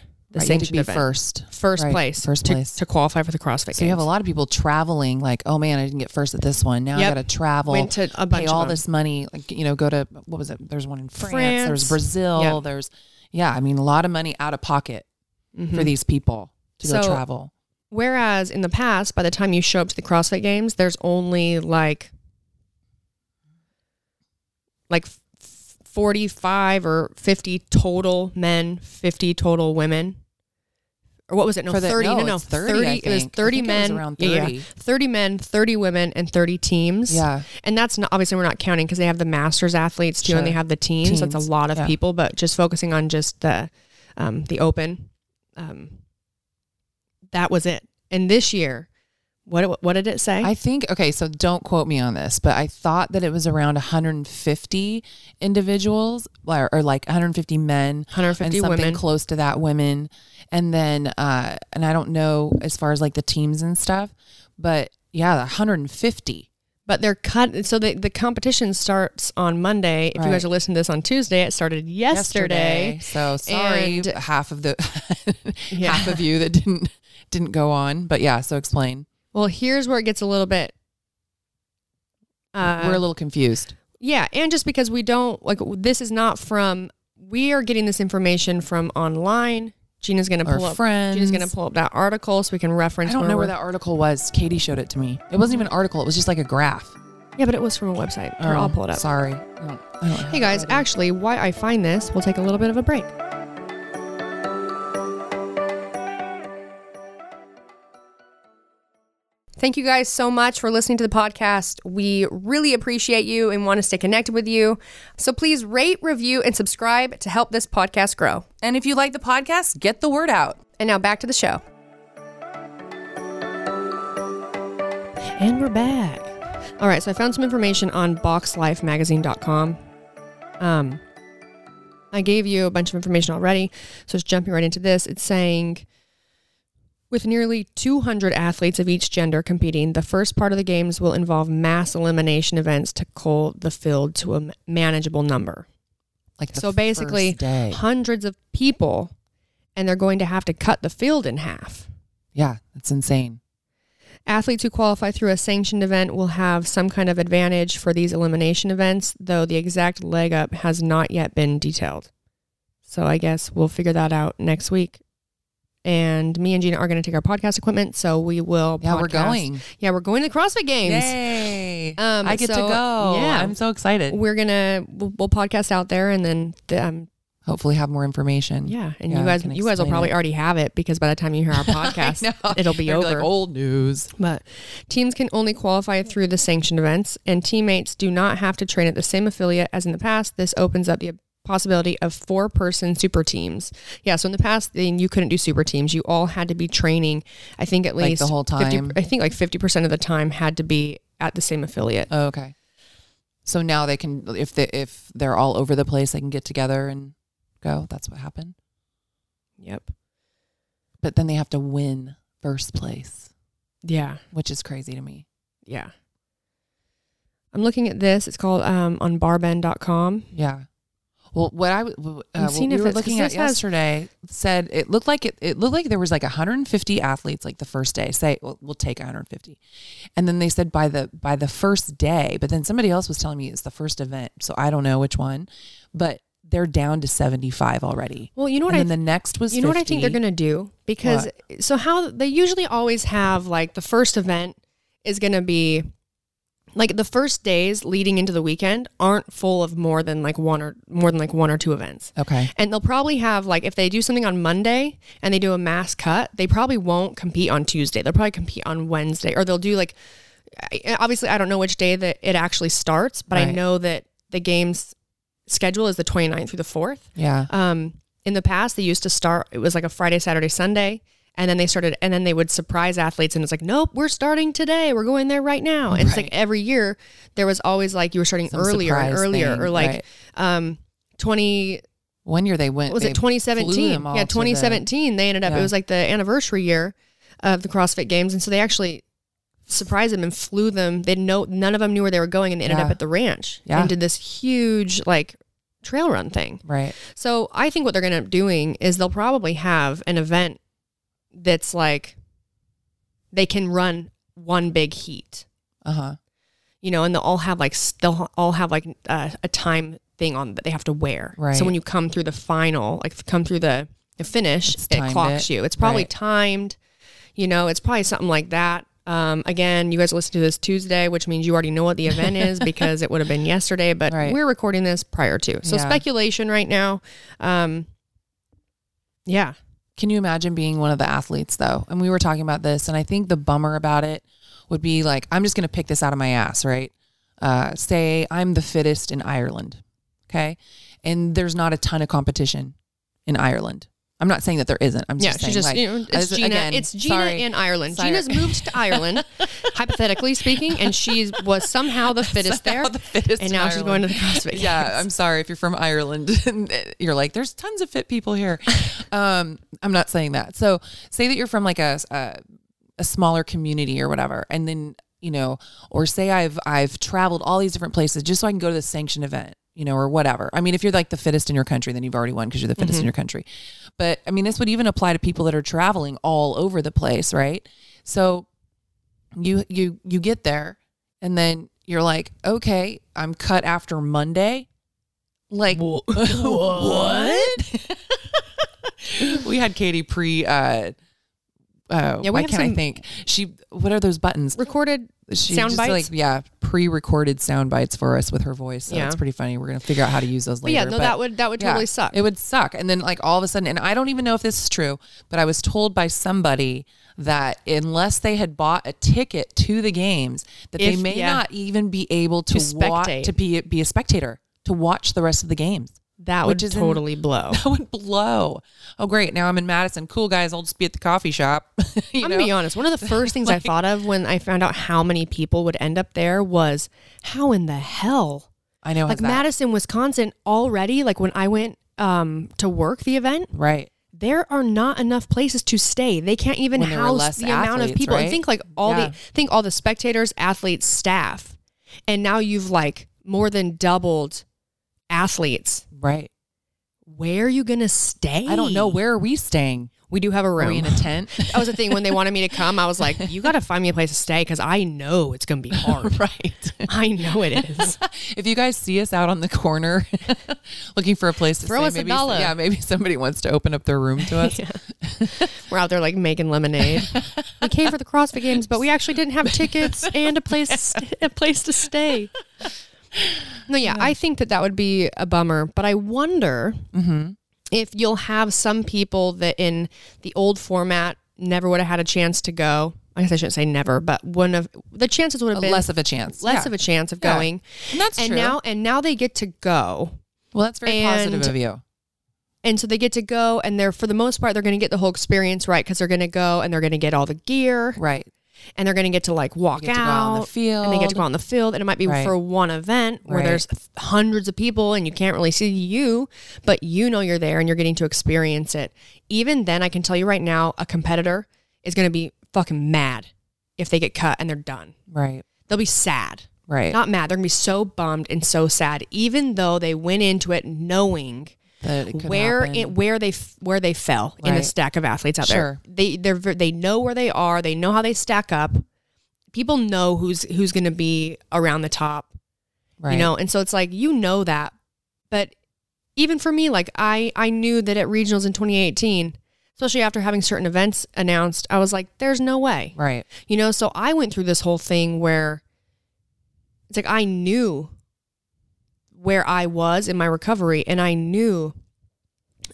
Speaker 2: Right, you
Speaker 1: the
Speaker 2: had to
Speaker 1: sanctioned
Speaker 2: be
Speaker 1: event
Speaker 2: first.
Speaker 1: first
Speaker 2: Right,
Speaker 1: place,
Speaker 2: first
Speaker 1: to,
Speaker 2: place.
Speaker 1: to qualify for the CrossFit.
Speaker 2: So you have a
Speaker 1: Games.
Speaker 2: lot of people traveling, like, oh man, I didn't get first at this one. Now
Speaker 1: Yep.
Speaker 2: I got to travel,
Speaker 1: Went to a bunch
Speaker 2: pay
Speaker 1: of
Speaker 2: all
Speaker 1: them.
Speaker 2: this money, like you know, go to what was it? There's one in France.
Speaker 1: France.
Speaker 2: There's Brazil.
Speaker 1: Yeah.
Speaker 2: There's yeah, I mean, a lot of money out of pocket for these people to go
Speaker 1: Mm-hmm. So-
Speaker 2: travel.
Speaker 1: Whereas in the past, by the time you show up to the CrossFit Games, there's only like like f- f- 45 or 50 total men, 50 total women. Or what was it? No,
Speaker 2: For the-
Speaker 1: 30. No, no,
Speaker 2: no, it's 30, I
Speaker 1: It was
Speaker 2: think. I think
Speaker 1: 30
Speaker 2: it was
Speaker 1: men.
Speaker 2: around
Speaker 1: yeah, yeah.
Speaker 2: 30.
Speaker 1: 30 men, 30 women, and 30 teams.
Speaker 2: Yeah,
Speaker 1: And that's not obviously we're not counting because they have the masters athletes too, and
Speaker 2: Sure.
Speaker 1: they have the teams. So that's a
Speaker 2: Teams,
Speaker 1: lot of
Speaker 2: yeah.
Speaker 1: people, but just focusing on just the um, the open, um, that was it. And this year, what what did it say?
Speaker 2: I think okay. So don't quote me on this, but I thought that it was around 150 individuals, or, or like 150 men,
Speaker 1: 150
Speaker 2: and something
Speaker 1: women.
Speaker 2: close to that women and then uh and i don't know as far as like the teams and stuff but yeah 150
Speaker 1: but they're cut. So the the competition starts on Monday. If you
Speaker 2: Right.
Speaker 1: guys are listening to this on Tuesday, it started yesterday.
Speaker 2: so sorry
Speaker 1: And-
Speaker 2: half of the
Speaker 1: Yeah.
Speaker 2: half of you that didn't didn't go on but yeah so explain
Speaker 1: Well, here's where it gets a little bit. Uh,
Speaker 2: we're a little confused
Speaker 1: Yeah, and just because we don't like this is not from we are getting this information from online. Gina's gonna
Speaker 2: Our
Speaker 1: pull up. Gina's
Speaker 2: friends.
Speaker 1: gonna pull up that article so we can
Speaker 2: i
Speaker 1: reference.
Speaker 2: don't know where
Speaker 1: we're-
Speaker 2: that article was katie showed it to me it wasn't even an article it was just like a graph Um,
Speaker 1: Yeah, but it was from a website. Here, I'll pull it up.
Speaker 2: sorry I don't- I don't have
Speaker 1: Hey
Speaker 2: it
Speaker 1: guys,
Speaker 2: ready.
Speaker 1: actually, why I find this, we'll take a little bit of a break. Thank you guys so much for listening to the podcast. We really appreciate you and want to stay connected with you. So please rate, review, and subscribe to help this podcast grow.
Speaker 3: And if you like the podcast, get the word out.
Speaker 1: And now back to the show. And we're back. All right, so I found some information on boxlifemagazine.com. Um, I gave you a bunch of information already, so it's jumping right into this. It's saying with nearly 200 athletes of each gender competing, the first part of the games will involve mass elimination events to cull the field to a m- manageable number.
Speaker 2: Like the
Speaker 1: so basically,
Speaker 2: first day.
Speaker 1: hundreds of people, and they're going to have to cut the field in half.
Speaker 2: yeah, it's insane.
Speaker 1: Athletes who qualify through a sanctioned event will have some kind of advantage for these elimination events, though the exact leg up has not yet been detailed. So I guess we'll figure that out next week. And me and Gina are going to take our podcast equipment, so we will.
Speaker 2: Yeah, we're
Speaker 1: podcast-
Speaker 2: going.
Speaker 1: Yeah, we're going to the CrossFit Games.
Speaker 2: Yay!
Speaker 1: Um,
Speaker 2: I get to
Speaker 1: so,
Speaker 2: go.
Speaker 1: yeah.
Speaker 2: I'm so excited.
Speaker 1: We're gonna we'll, we'll podcast out there, and then the, um,
Speaker 2: Hopefully, have more information.
Speaker 1: yeah, and
Speaker 2: Yeah,
Speaker 1: you
Speaker 2: I
Speaker 1: guys
Speaker 2: can
Speaker 1: you guys will
Speaker 2: explain
Speaker 1: probably
Speaker 2: it.
Speaker 1: already have it because by the time you hear our podcast, it'll be over.
Speaker 2: like "Oh." old news.
Speaker 1: But teams can only qualify through the sanctioned events, and teammates do not have to train at the same affiliate as in the past. This opens up the possibility of four person super teams. Yeah, so in the past, then you couldn't do super teams. You all had to be training, I think at
Speaker 2: Like the
Speaker 1: least
Speaker 2: whole
Speaker 1: 50
Speaker 2: time?
Speaker 1: I think like 50% of the time had to be at the same affiliate.
Speaker 2: Oh, okay. So now they can, if they if they're all over the place, they can get together and go. That's what happened.
Speaker 1: Yep.
Speaker 2: But then they have to win first place,
Speaker 1: Yeah.
Speaker 2: which is crazy to me.
Speaker 1: Yeah. I'm looking at this. It's called um, on barben.com.
Speaker 2: Yeah. Well, what I w-
Speaker 1: I'm
Speaker 2: uh, what
Speaker 1: seeing
Speaker 2: we
Speaker 1: if
Speaker 2: were
Speaker 1: it's- 'cause
Speaker 2: looking at
Speaker 1: this has-
Speaker 2: yesterday said it looked like it, it looked like there was like 150 athletes like the first day. Say we'll, we'll take 150, and then they said by the by the first day. But then somebody else was telling me it's the first event, so I don't know which one, but they're down to 75 already.
Speaker 1: Well, you know what
Speaker 2: and
Speaker 1: I
Speaker 2: then the next was
Speaker 1: You know what I think they're
Speaker 2: 50.
Speaker 1: going to do? Because so how they usually always have like the first event is going to be like the first days leading into the weekend aren't full of more than like one or more than like one or two events.
Speaker 2: Okay.
Speaker 1: And they'll probably have like if they do something on Monday and they do a mass cut, they probably won't compete on Tuesday. They'll probably compete on Wednesday or they'll do like I- obviously I don't know which day that it actually starts, but I
Speaker 2: Right.
Speaker 1: know that the game's schedule is the 29th through the 4th.
Speaker 2: Yeah.
Speaker 1: Um, in the past, they used to start. It was like a Friday, Saturday, Sunday, and then they started, and then they would surprise athletes, and it's like, nope, we're starting today. We're going there right now. And it's like
Speaker 2: Right.
Speaker 1: every year there was always like you were starting
Speaker 2: Some
Speaker 1: earlier and
Speaker 2: surprise
Speaker 1: earlier,
Speaker 2: thing,
Speaker 1: or like
Speaker 2: right.
Speaker 1: um twenty.
Speaker 2: one year they went.
Speaker 1: What was
Speaker 2: they
Speaker 1: it twenty seventeen?
Speaker 2: them all
Speaker 1: Yeah,
Speaker 2: to the-
Speaker 1: twenty seventeen. They ended up. It
Speaker 2: Yeah.
Speaker 1: was like the anniversary year of the CrossFit Games, and so they actually surprised them and flew them. They know none of them knew where they were going, and they ended
Speaker 2: Yeah.
Speaker 1: up at the ranch
Speaker 2: Yeah.
Speaker 1: and did this huge like trail run thing.
Speaker 2: Right.
Speaker 1: So I think what they're going to end up doing is they'll probably have an event that's like they can run one big heat,
Speaker 2: Uh huh.
Speaker 1: you know, and they'll all have like s- they'll all have like uh, a time thing on that they have to wear.
Speaker 2: Right.
Speaker 1: So when you come through the final, like come through the, the finish,
Speaker 2: It's
Speaker 1: it
Speaker 2: timed
Speaker 1: clocks
Speaker 2: it.
Speaker 1: you. It's probably
Speaker 2: Right.
Speaker 1: timed, you know. It's probably something like that. Um, again, you guys listen to this Tuesday, which means you already know what the event is because it would have been yesterday, but
Speaker 2: Right.
Speaker 1: we're recording this prior to. So
Speaker 2: Yeah.
Speaker 1: speculation right now. Um, yeah.
Speaker 2: Can you imagine being one of the athletes though? And we were talking about this, and I think the bummer about it would be like, I'm just going to pick this out of my ass, right? Uh, say I'm the fittest in Ireland, okay? And there's not a ton of competition in Ireland. I'm not saying that there isn't. I'm
Speaker 1: Yeah,
Speaker 2: just
Speaker 1: she
Speaker 2: saying
Speaker 1: just
Speaker 2: like,
Speaker 1: you know, it's
Speaker 2: as-
Speaker 1: Gina.
Speaker 2: again,
Speaker 1: it's Gina
Speaker 2: sorry.
Speaker 1: in Ireland.
Speaker 2: Sorry.
Speaker 1: Gina's moved to Ireland, hypothetically speaking, and she was somehow the fittest
Speaker 2: Somehow
Speaker 1: there.
Speaker 2: the fittest
Speaker 1: and
Speaker 2: in
Speaker 1: now she's going to the CrossFit.
Speaker 2: yeah, I'm sorry if you're from Ireland and you're like, there's tons of fit people here. Um, I'm not saying that. So say that you're from like a, a a smaller community or whatever, and then you know, or say I've I've traveled all these different places just so I can go to the sanctioned event, you know, or whatever. I mean, if you're like the fittest in your country, then you've already won because you're the fittest in your country. But I mean, this would even apply to people that are traveling all over the place, right? So you you you get there and then you're like, okay, I'm cut after Monday. Like what? we had Katie pre. Uh, uh,
Speaker 1: we
Speaker 2: why
Speaker 1: have
Speaker 2: can't I
Speaker 1: some-
Speaker 2: think? She. What are those buttons?
Speaker 1: recorded.
Speaker 2: She
Speaker 1: sound
Speaker 2: just
Speaker 1: bites?
Speaker 2: like yeah, pre-recorded sound bites for us with her voice. So
Speaker 1: Yeah.
Speaker 2: it's pretty funny. We're gonna figure out how to use those
Speaker 1: But
Speaker 2: later.
Speaker 1: yeah, no, that would that would
Speaker 2: yeah,
Speaker 1: totally suck.
Speaker 2: It would suck. And then like all of a sudden, and I don't even know if this is true, but I was told by somebody that unless they had bought a ticket to the games, that
Speaker 1: If-
Speaker 2: they may
Speaker 1: yeah.
Speaker 2: not even be able to,
Speaker 1: To
Speaker 2: wa-
Speaker 1: spectate.
Speaker 2: to be be a spectator to watch the rest of the games.
Speaker 1: that would
Speaker 2: which is in-
Speaker 1: totally blow.
Speaker 2: That would blow. Oh great! Now I'm in Madison. Cool guys, I'll just be at the coffee shop. you
Speaker 1: I'm
Speaker 2: know?
Speaker 1: gonna be honest. One of the first things I thought of when I found out how many people would end up there was how in the hell
Speaker 2: I know.
Speaker 1: like
Speaker 2: how's that?
Speaker 1: Madison, Wisconsin already. Like when I went um, to work the event,
Speaker 2: Right.
Speaker 1: there are not enough places to stay. They can't even
Speaker 2: When there were
Speaker 1: house
Speaker 2: less
Speaker 1: the amount of
Speaker 2: athletes,
Speaker 1: people. And
Speaker 2: right?
Speaker 1: think like all
Speaker 2: Yeah.
Speaker 1: the think all the spectators, athletes, staff, and now you've like more than doubled athletes.
Speaker 2: Right.
Speaker 1: Where are you gonna stay?
Speaker 2: I don't know. Where are we staying?
Speaker 1: we do have a
Speaker 2: Are we
Speaker 1: room.
Speaker 2: in a tent?
Speaker 1: that was the thing when they wanted me to come. I was like, you got to find me a place to stay because I know it's gonna be hard.
Speaker 2: right.
Speaker 1: I know it is.
Speaker 2: If you guys see us out on the corner looking for a place to
Speaker 1: Throw
Speaker 2: stay,
Speaker 1: us a
Speaker 2: maybe,
Speaker 1: dollar.
Speaker 2: Yeah, maybe somebody wants to open up their room to us.
Speaker 1: We're out there like making lemonade. we came for the CrossFit Games, but we actually didn't have tickets and a place to st- a place to stay. No, yeah, I think that that would be a bummer, but I wonder if you'll have some people that in the old format never would have had a chance to go. I guess I shouldn't say never, but one of the chances would have been
Speaker 2: Less of a chance.
Speaker 1: less
Speaker 2: Yeah.
Speaker 1: of a chance of
Speaker 2: Yeah.
Speaker 1: going.
Speaker 2: And that's
Speaker 1: and
Speaker 2: true.
Speaker 1: now and now they get to go.
Speaker 2: well, that's very
Speaker 1: and-
Speaker 2: positive of you.
Speaker 1: And so they get to go, and they're for the most part they're going to get the whole experience right because they're going to go and they're going to get all the gear
Speaker 2: Right.
Speaker 1: and they're going to get to like walk
Speaker 2: You get
Speaker 1: out
Speaker 2: to go out on the field.
Speaker 1: and they get to go out on the field, and it might be
Speaker 2: Right.
Speaker 1: for one event where
Speaker 2: Right.
Speaker 1: there's hundreds of people and you can't really see you, but you know you're there and you're getting to experience it. Even then, I can tell you right now, a competitor is going to be fucking mad if they get cut and they're done.
Speaker 2: Right.
Speaker 1: They'll be sad.
Speaker 2: Right.
Speaker 1: Not mad. They're gonna be so bummed and so sad, even though they went into it knowing
Speaker 2: That it could
Speaker 1: where
Speaker 2: happen.
Speaker 1: it where they f- where they fell in the
Speaker 2: Right.
Speaker 1: stack of athletes out
Speaker 2: Sure.
Speaker 1: there. They they they know where they are. They know how they stack up. People know who's who's going to be around the top,
Speaker 2: right.
Speaker 1: you know. And so it's like you know that, but even for me, like I I knew that at regionals in 2018, especially after having certain events announced, I was like, there's no way,
Speaker 2: Right.
Speaker 1: you know. So I went through this whole thing where it's like I knew where I was in my recovery and I knew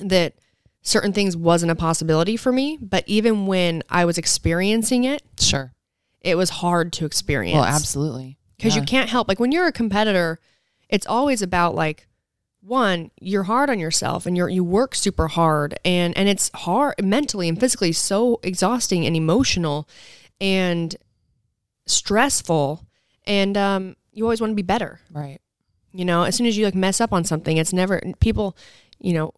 Speaker 1: that certain things wasn't a possibility for me, but even when I was experiencing it,
Speaker 2: Sure.
Speaker 1: it was hard to experience.
Speaker 2: Well, absolutely.
Speaker 1: Cuz
Speaker 2: Yeah.
Speaker 1: you can't help like when you're a competitor, it's always about like one, you're hard on yourself and you're you work super hard and and it's hard mentally and physically so exhausting and emotional and stressful and um you always want to be better.
Speaker 2: Right.
Speaker 1: You know, as soon as you like mess up on something, it's never people, you know,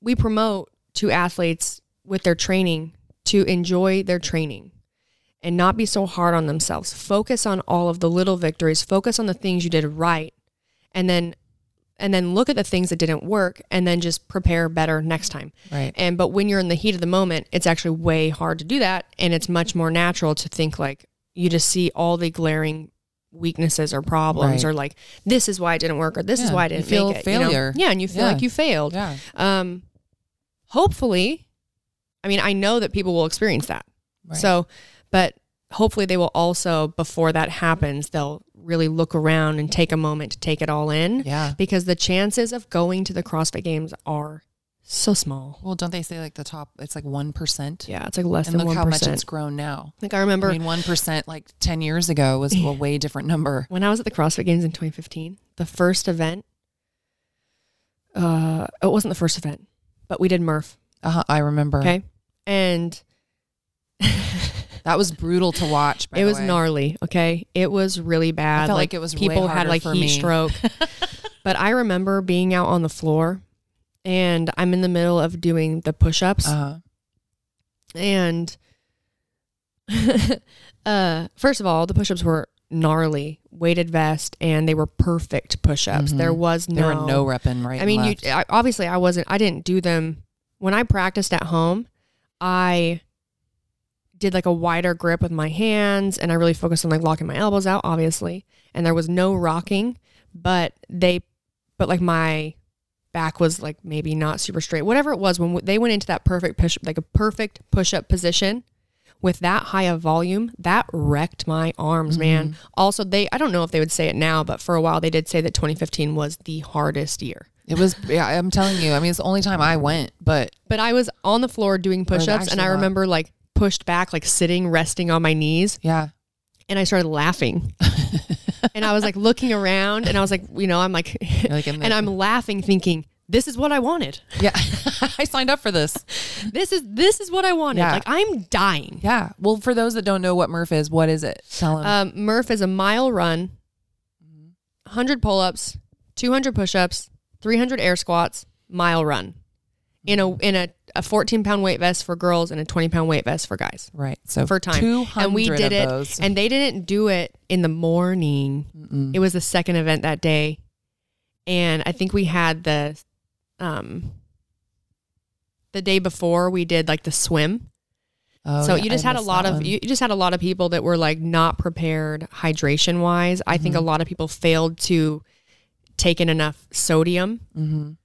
Speaker 1: we promote to athletes with their training to enjoy their training and not be so hard on themselves. Focus on all of the little victories, focus on the things you did right and then and then look at the things that didn't work and then just prepare better next time.
Speaker 2: Right.
Speaker 1: And but when you're in the heat of the moment, it's actually way hard to do that and it's much more natural to think like you just see all the glaring weaknesses or problems
Speaker 2: Right.
Speaker 1: or like this is why it didn't work or this is
Speaker 2: Yeah,
Speaker 1: why I
Speaker 2: you
Speaker 1: didn't
Speaker 2: feel
Speaker 1: make it, you know?
Speaker 2: failure.
Speaker 1: Yeah, and you feel
Speaker 2: Yeah.
Speaker 1: like you failed.
Speaker 2: Yeah.
Speaker 1: Um hopefully I mean, I know that people will experience that.
Speaker 2: Right.
Speaker 1: So, but hopefully they will also, before that happens, they'll really look around and take a moment to take it all in
Speaker 2: Yeah.
Speaker 1: because the chances of going to the CrossFit games are so small.
Speaker 2: Well, don't they say like the top? It's like one percent.
Speaker 1: Yeah, it's like less
Speaker 2: And look
Speaker 1: than one
Speaker 2: how much it's
Speaker 1: percent.
Speaker 2: grown now.
Speaker 1: Like I remember
Speaker 2: I mean, one percent like ten years ago was a way different number.
Speaker 1: when I was at the CrossFit Games in 2015, the first event. Uh, it wasn't the first event, but we did Murph.
Speaker 2: Uh, I remember.
Speaker 1: Okay, and
Speaker 2: That was brutal to watch. By
Speaker 1: it
Speaker 2: the
Speaker 1: was
Speaker 2: way.
Speaker 1: gnarly. Okay, it was really bad.
Speaker 2: I felt like it was way
Speaker 1: people had
Speaker 2: harder
Speaker 1: like
Speaker 2: for
Speaker 1: heat
Speaker 2: me.
Speaker 1: stroke. but I remember being out on the floor, and I'm in the middle of doing the push-ups,
Speaker 2: Uh,
Speaker 1: and uh, first of all, the push-ups were gnarly, weighted vest, and they were perfect push-ups. There was no,
Speaker 2: Mm-hmm. there were no repping right.
Speaker 1: I mean,
Speaker 2: and
Speaker 1: you
Speaker 2: left.
Speaker 1: I, obviously I wasn't. I didn't do them when I practiced at home. I did like a wider grip with my hands, and I really focused on like locking my elbows out, obviously. And there was no rocking, but they, but like my back was like maybe not super straight. Whatever it was, when w- they went into that perfect push, like a perfect push-up position. With that high of volume, that wrecked my arms,
Speaker 2: Mm-hmm.
Speaker 1: man. Also, they, I don't know if they would say it now, but for a while they did say that 2015 was the hardest year.
Speaker 2: it was. Yeah, I'm telling you. I mean, it's the only time I went, but
Speaker 1: But I was on the floor doing push ups
Speaker 2: actually
Speaker 1: and I
Speaker 2: not.
Speaker 1: remember like pushed back, like sitting, resting on my knees,
Speaker 2: yeah,
Speaker 1: and I started laughing. and I was like looking around and I was like, you know, I'm like,
Speaker 2: like in the-
Speaker 1: and I'm laughing, thinking, this is what I wanted.
Speaker 2: yeah. I signed up for this.
Speaker 1: This is this is what I wanted.
Speaker 2: Yeah.
Speaker 1: Like I'm dying.
Speaker 2: Yeah. Well, for those that don't know what Murph is, what is it? Tell 'em.
Speaker 1: Um,
Speaker 2: Mm-hmm.
Speaker 1: Murph is a mile run, 100 pull ups, 200 push ups, 300 air squats, mile run, in a in a, a 14 pound weight vest for girls and a 20 pound weight vest for guys
Speaker 2: Right. So
Speaker 1: for time.
Speaker 2: 200
Speaker 1: and we
Speaker 2: of
Speaker 1: did it,
Speaker 2: those.
Speaker 1: and they didn't do it in the morning.
Speaker 2: Mm-mm.
Speaker 1: It was the second event that day, and I think we had the, um, the day before we did like the swim.
Speaker 2: Oh,
Speaker 1: so
Speaker 2: yeah,
Speaker 1: you just
Speaker 2: I
Speaker 1: had a
Speaker 2: missed
Speaker 1: lot
Speaker 2: that
Speaker 1: of
Speaker 2: one.
Speaker 1: you you just had a lot of people that were like not prepared hydration wise. I
Speaker 2: Mm-hmm.
Speaker 1: think a lot of people failed to take in enough sodium,
Speaker 2: Mhm.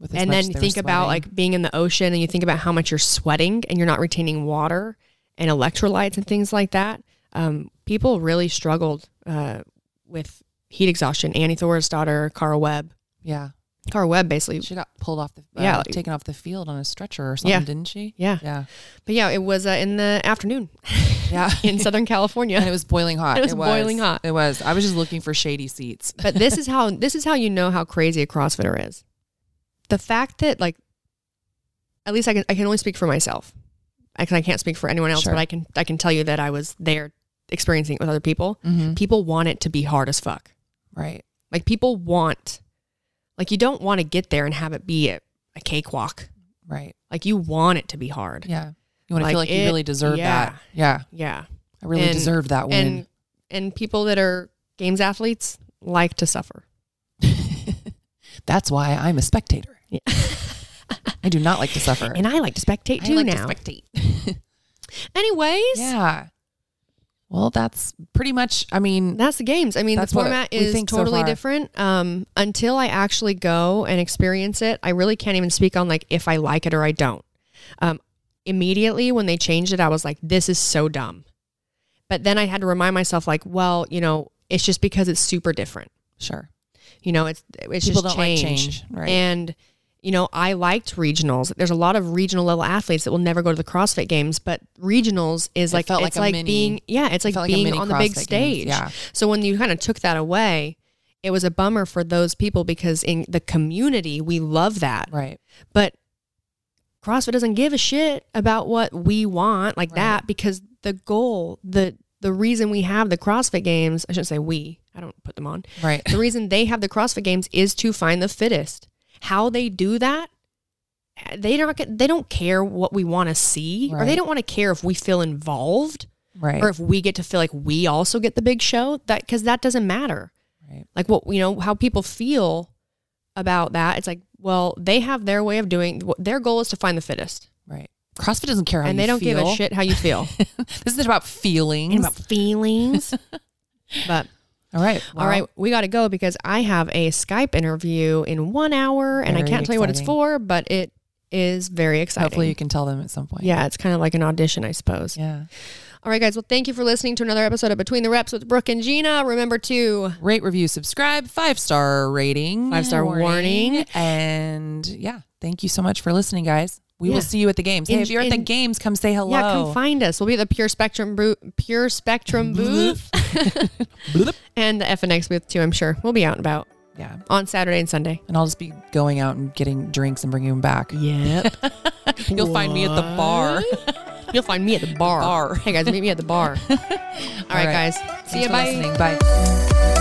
Speaker 2: With as
Speaker 1: and
Speaker 2: much
Speaker 1: then
Speaker 2: as they were
Speaker 1: think about
Speaker 2: sweating.
Speaker 1: like being in the ocean, and you think about how much you're sweating, and you're not retaining water and electrolytes and things like that. Um, people really struggled uh, with heat exhaustion. Annie Thor's daughter, Carl Webb.
Speaker 2: yeah,
Speaker 1: Carl Webb basically,
Speaker 2: she got pulled off the uh,
Speaker 1: Yeah,
Speaker 2: yeah,
Speaker 1: like-
Speaker 2: taken off the field on a stretcher or something,
Speaker 1: Yeah.
Speaker 2: didn't she?
Speaker 1: yeah.
Speaker 2: Yeah,
Speaker 1: But yeah, it was uh, in the afternoon
Speaker 2: yeah.
Speaker 1: in Southern
Speaker 2: and it
Speaker 1: California.
Speaker 2: was boiling hot.
Speaker 1: It was boiling hot.
Speaker 2: It was. I was just looking for shady seats.
Speaker 1: but this is how this is how you know how crazy a crossfitter is the fact that like at least i can i can only speak for myself i, can, I can't speak for anyone else
Speaker 2: Sure.
Speaker 1: but i can i can tell you that i was there experiencing it with other people
Speaker 2: Mhm.
Speaker 1: people want it to be hard as fuck
Speaker 2: Right.
Speaker 1: like people want like you don't want to get there and have it be a, a cakewalk
Speaker 2: Right.
Speaker 1: like you want it to be hard
Speaker 2: Yeah. You want to
Speaker 1: Like
Speaker 2: feel like
Speaker 1: it-
Speaker 2: you really deserve
Speaker 1: yeah.
Speaker 2: that. Yeah.
Speaker 1: yeah
Speaker 2: I really
Speaker 1: And-
Speaker 2: deserve that win.
Speaker 1: and and people that are games athletes like to suffer
Speaker 2: That's why I'm a spectator.
Speaker 1: Yeah.
Speaker 2: I do not like to suffer.
Speaker 1: and i like to spectate
Speaker 2: I
Speaker 1: too
Speaker 2: like to
Speaker 1: now
Speaker 2: spectate.
Speaker 1: anyways
Speaker 2: yeah. Well, that's pretty much. I mean,
Speaker 1: that's the games. I mean,
Speaker 2: That's
Speaker 1: the
Speaker 2: what
Speaker 1: format
Speaker 2: we
Speaker 1: is
Speaker 2: think so
Speaker 1: totally
Speaker 2: far.
Speaker 1: different. Um, until I actually go and experience it, I really can't even speak on like if I like it or I don't. Um, immediately when they changed it, I was like, this is so dumb. But then I had to remind myself, like, well, you know, it's just because it's super different.
Speaker 2: sure.
Speaker 1: You know, it's it's
Speaker 2: People
Speaker 1: just
Speaker 2: don't like
Speaker 1: change.
Speaker 2: change, right.
Speaker 1: And you know, I liked regionals. There's a lot of regional level athletes that will never go to the CrossFit Games, but regionals is
Speaker 2: It
Speaker 1: like
Speaker 2: felt
Speaker 1: it's
Speaker 2: like
Speaker 1: like,
Speaker 2: a mini-
Speaker 1: being yeah, it's like
Speaker 2: felt like a
Speaker 1: being
Speaker 2: mini
Speaker 1: on the big
Speaker 2: CrossFit Games,
Speaker 1: stage.
Speaker 2: yeah.
Speaker 1: So when you kind of took that away, it was a bummer for those people because in the community we love that,
Speaker 2: Right.
Speaker 1: but CrossFit doesn't give a shit about what we want like
Speaker 2: Right.
Speaker 1: that because the goal, the the reason we have the CrossFit Games, I shouldn't say we, I don't put them on.
Speaker 2: Right.
Speaker 1: The reason they have the CrossFit Games is to find the fittest. How they do that, eh, they don't they don't care what we want to see, or they
Speaker 2: Right.
Speaker 1: don't want to care if we feel involved,
Speaker 2: Right.
Speaker 1: or if we get to feel like we also get the big show. That because that doesn't matter.
Speaker 2: Right.
Speaker 1: Like what you know, how people feel about that. It's like, well, they have their way of doing. wh- Their goal is to find the fittest,
Speaker 2: Right. CrossFit doesn't care how
Speaker 1: and
Speaker 2: you
Speaker 1: they don't give a
Speaker 2: feel.
Speaker 1: shit how you feel
Speaker 2: this is about feelings.
Speaker 1: and about feelings. but
Speaker 2: all right.
Speaker 1: All
Speaker 2: well,
Speaker 1: right, we got to go because I have a Skype interview in one hour, and I
Speaker 2: Very
Speaker 1: can't tell you what it's
Speaker 2: exciting.
Speaker 1: for, but it is very exciting.
Speaker 2: Hopefully, you can tell them at some point.
Speaker 1: yeah, it's kind of like an audition, I suppose.
Speaker 2: Yeah.
Speaker 1: All right, guys. Well, thank you for listening to another episode of Between the Reps with Brooke and Gina. Remember to
Speaker 2: Rate, review, subscribe, five star rating,
Speaker 1: Five star warning.
Speaker 2: and yeah, thank you so much for listening, guys. We
Speaker 1: Yeah.
Speaker 2: will see you at the games.
Speaker 1: In-
Speaker 2: hey, if you're at the
Speaker 1: in-
Speaker 2: games, come say hello.
Speaker 1: yeah, come find us. We'll be at the Pure Spectrum booth, Pure Spectrum booth,
Speaker 2: Bloop.
Speaker 1: and the FNX booth too. I'm sure we'll be out and about
Speaker 2: yeah,
Speaker 1: on Saturday and Sunday.
Speaker 2: and I'll just be going out and getting drinks and bringing them back.
Speaker 1: Yep.
Speaker 2: You'll find me at the bar.
Speaker 1: You'll find me at the bar.
Speaker 2: Bar.
Speaker 1: Hey guys, meet me at the bar. All
Speaker 2: right.
Speaker 1: right, guys. See
Speaker 2: Thanks
Speaker 1: you.
Speaker 2: for
Speaker 1: Bye.
Speaker 2: listening. Bye.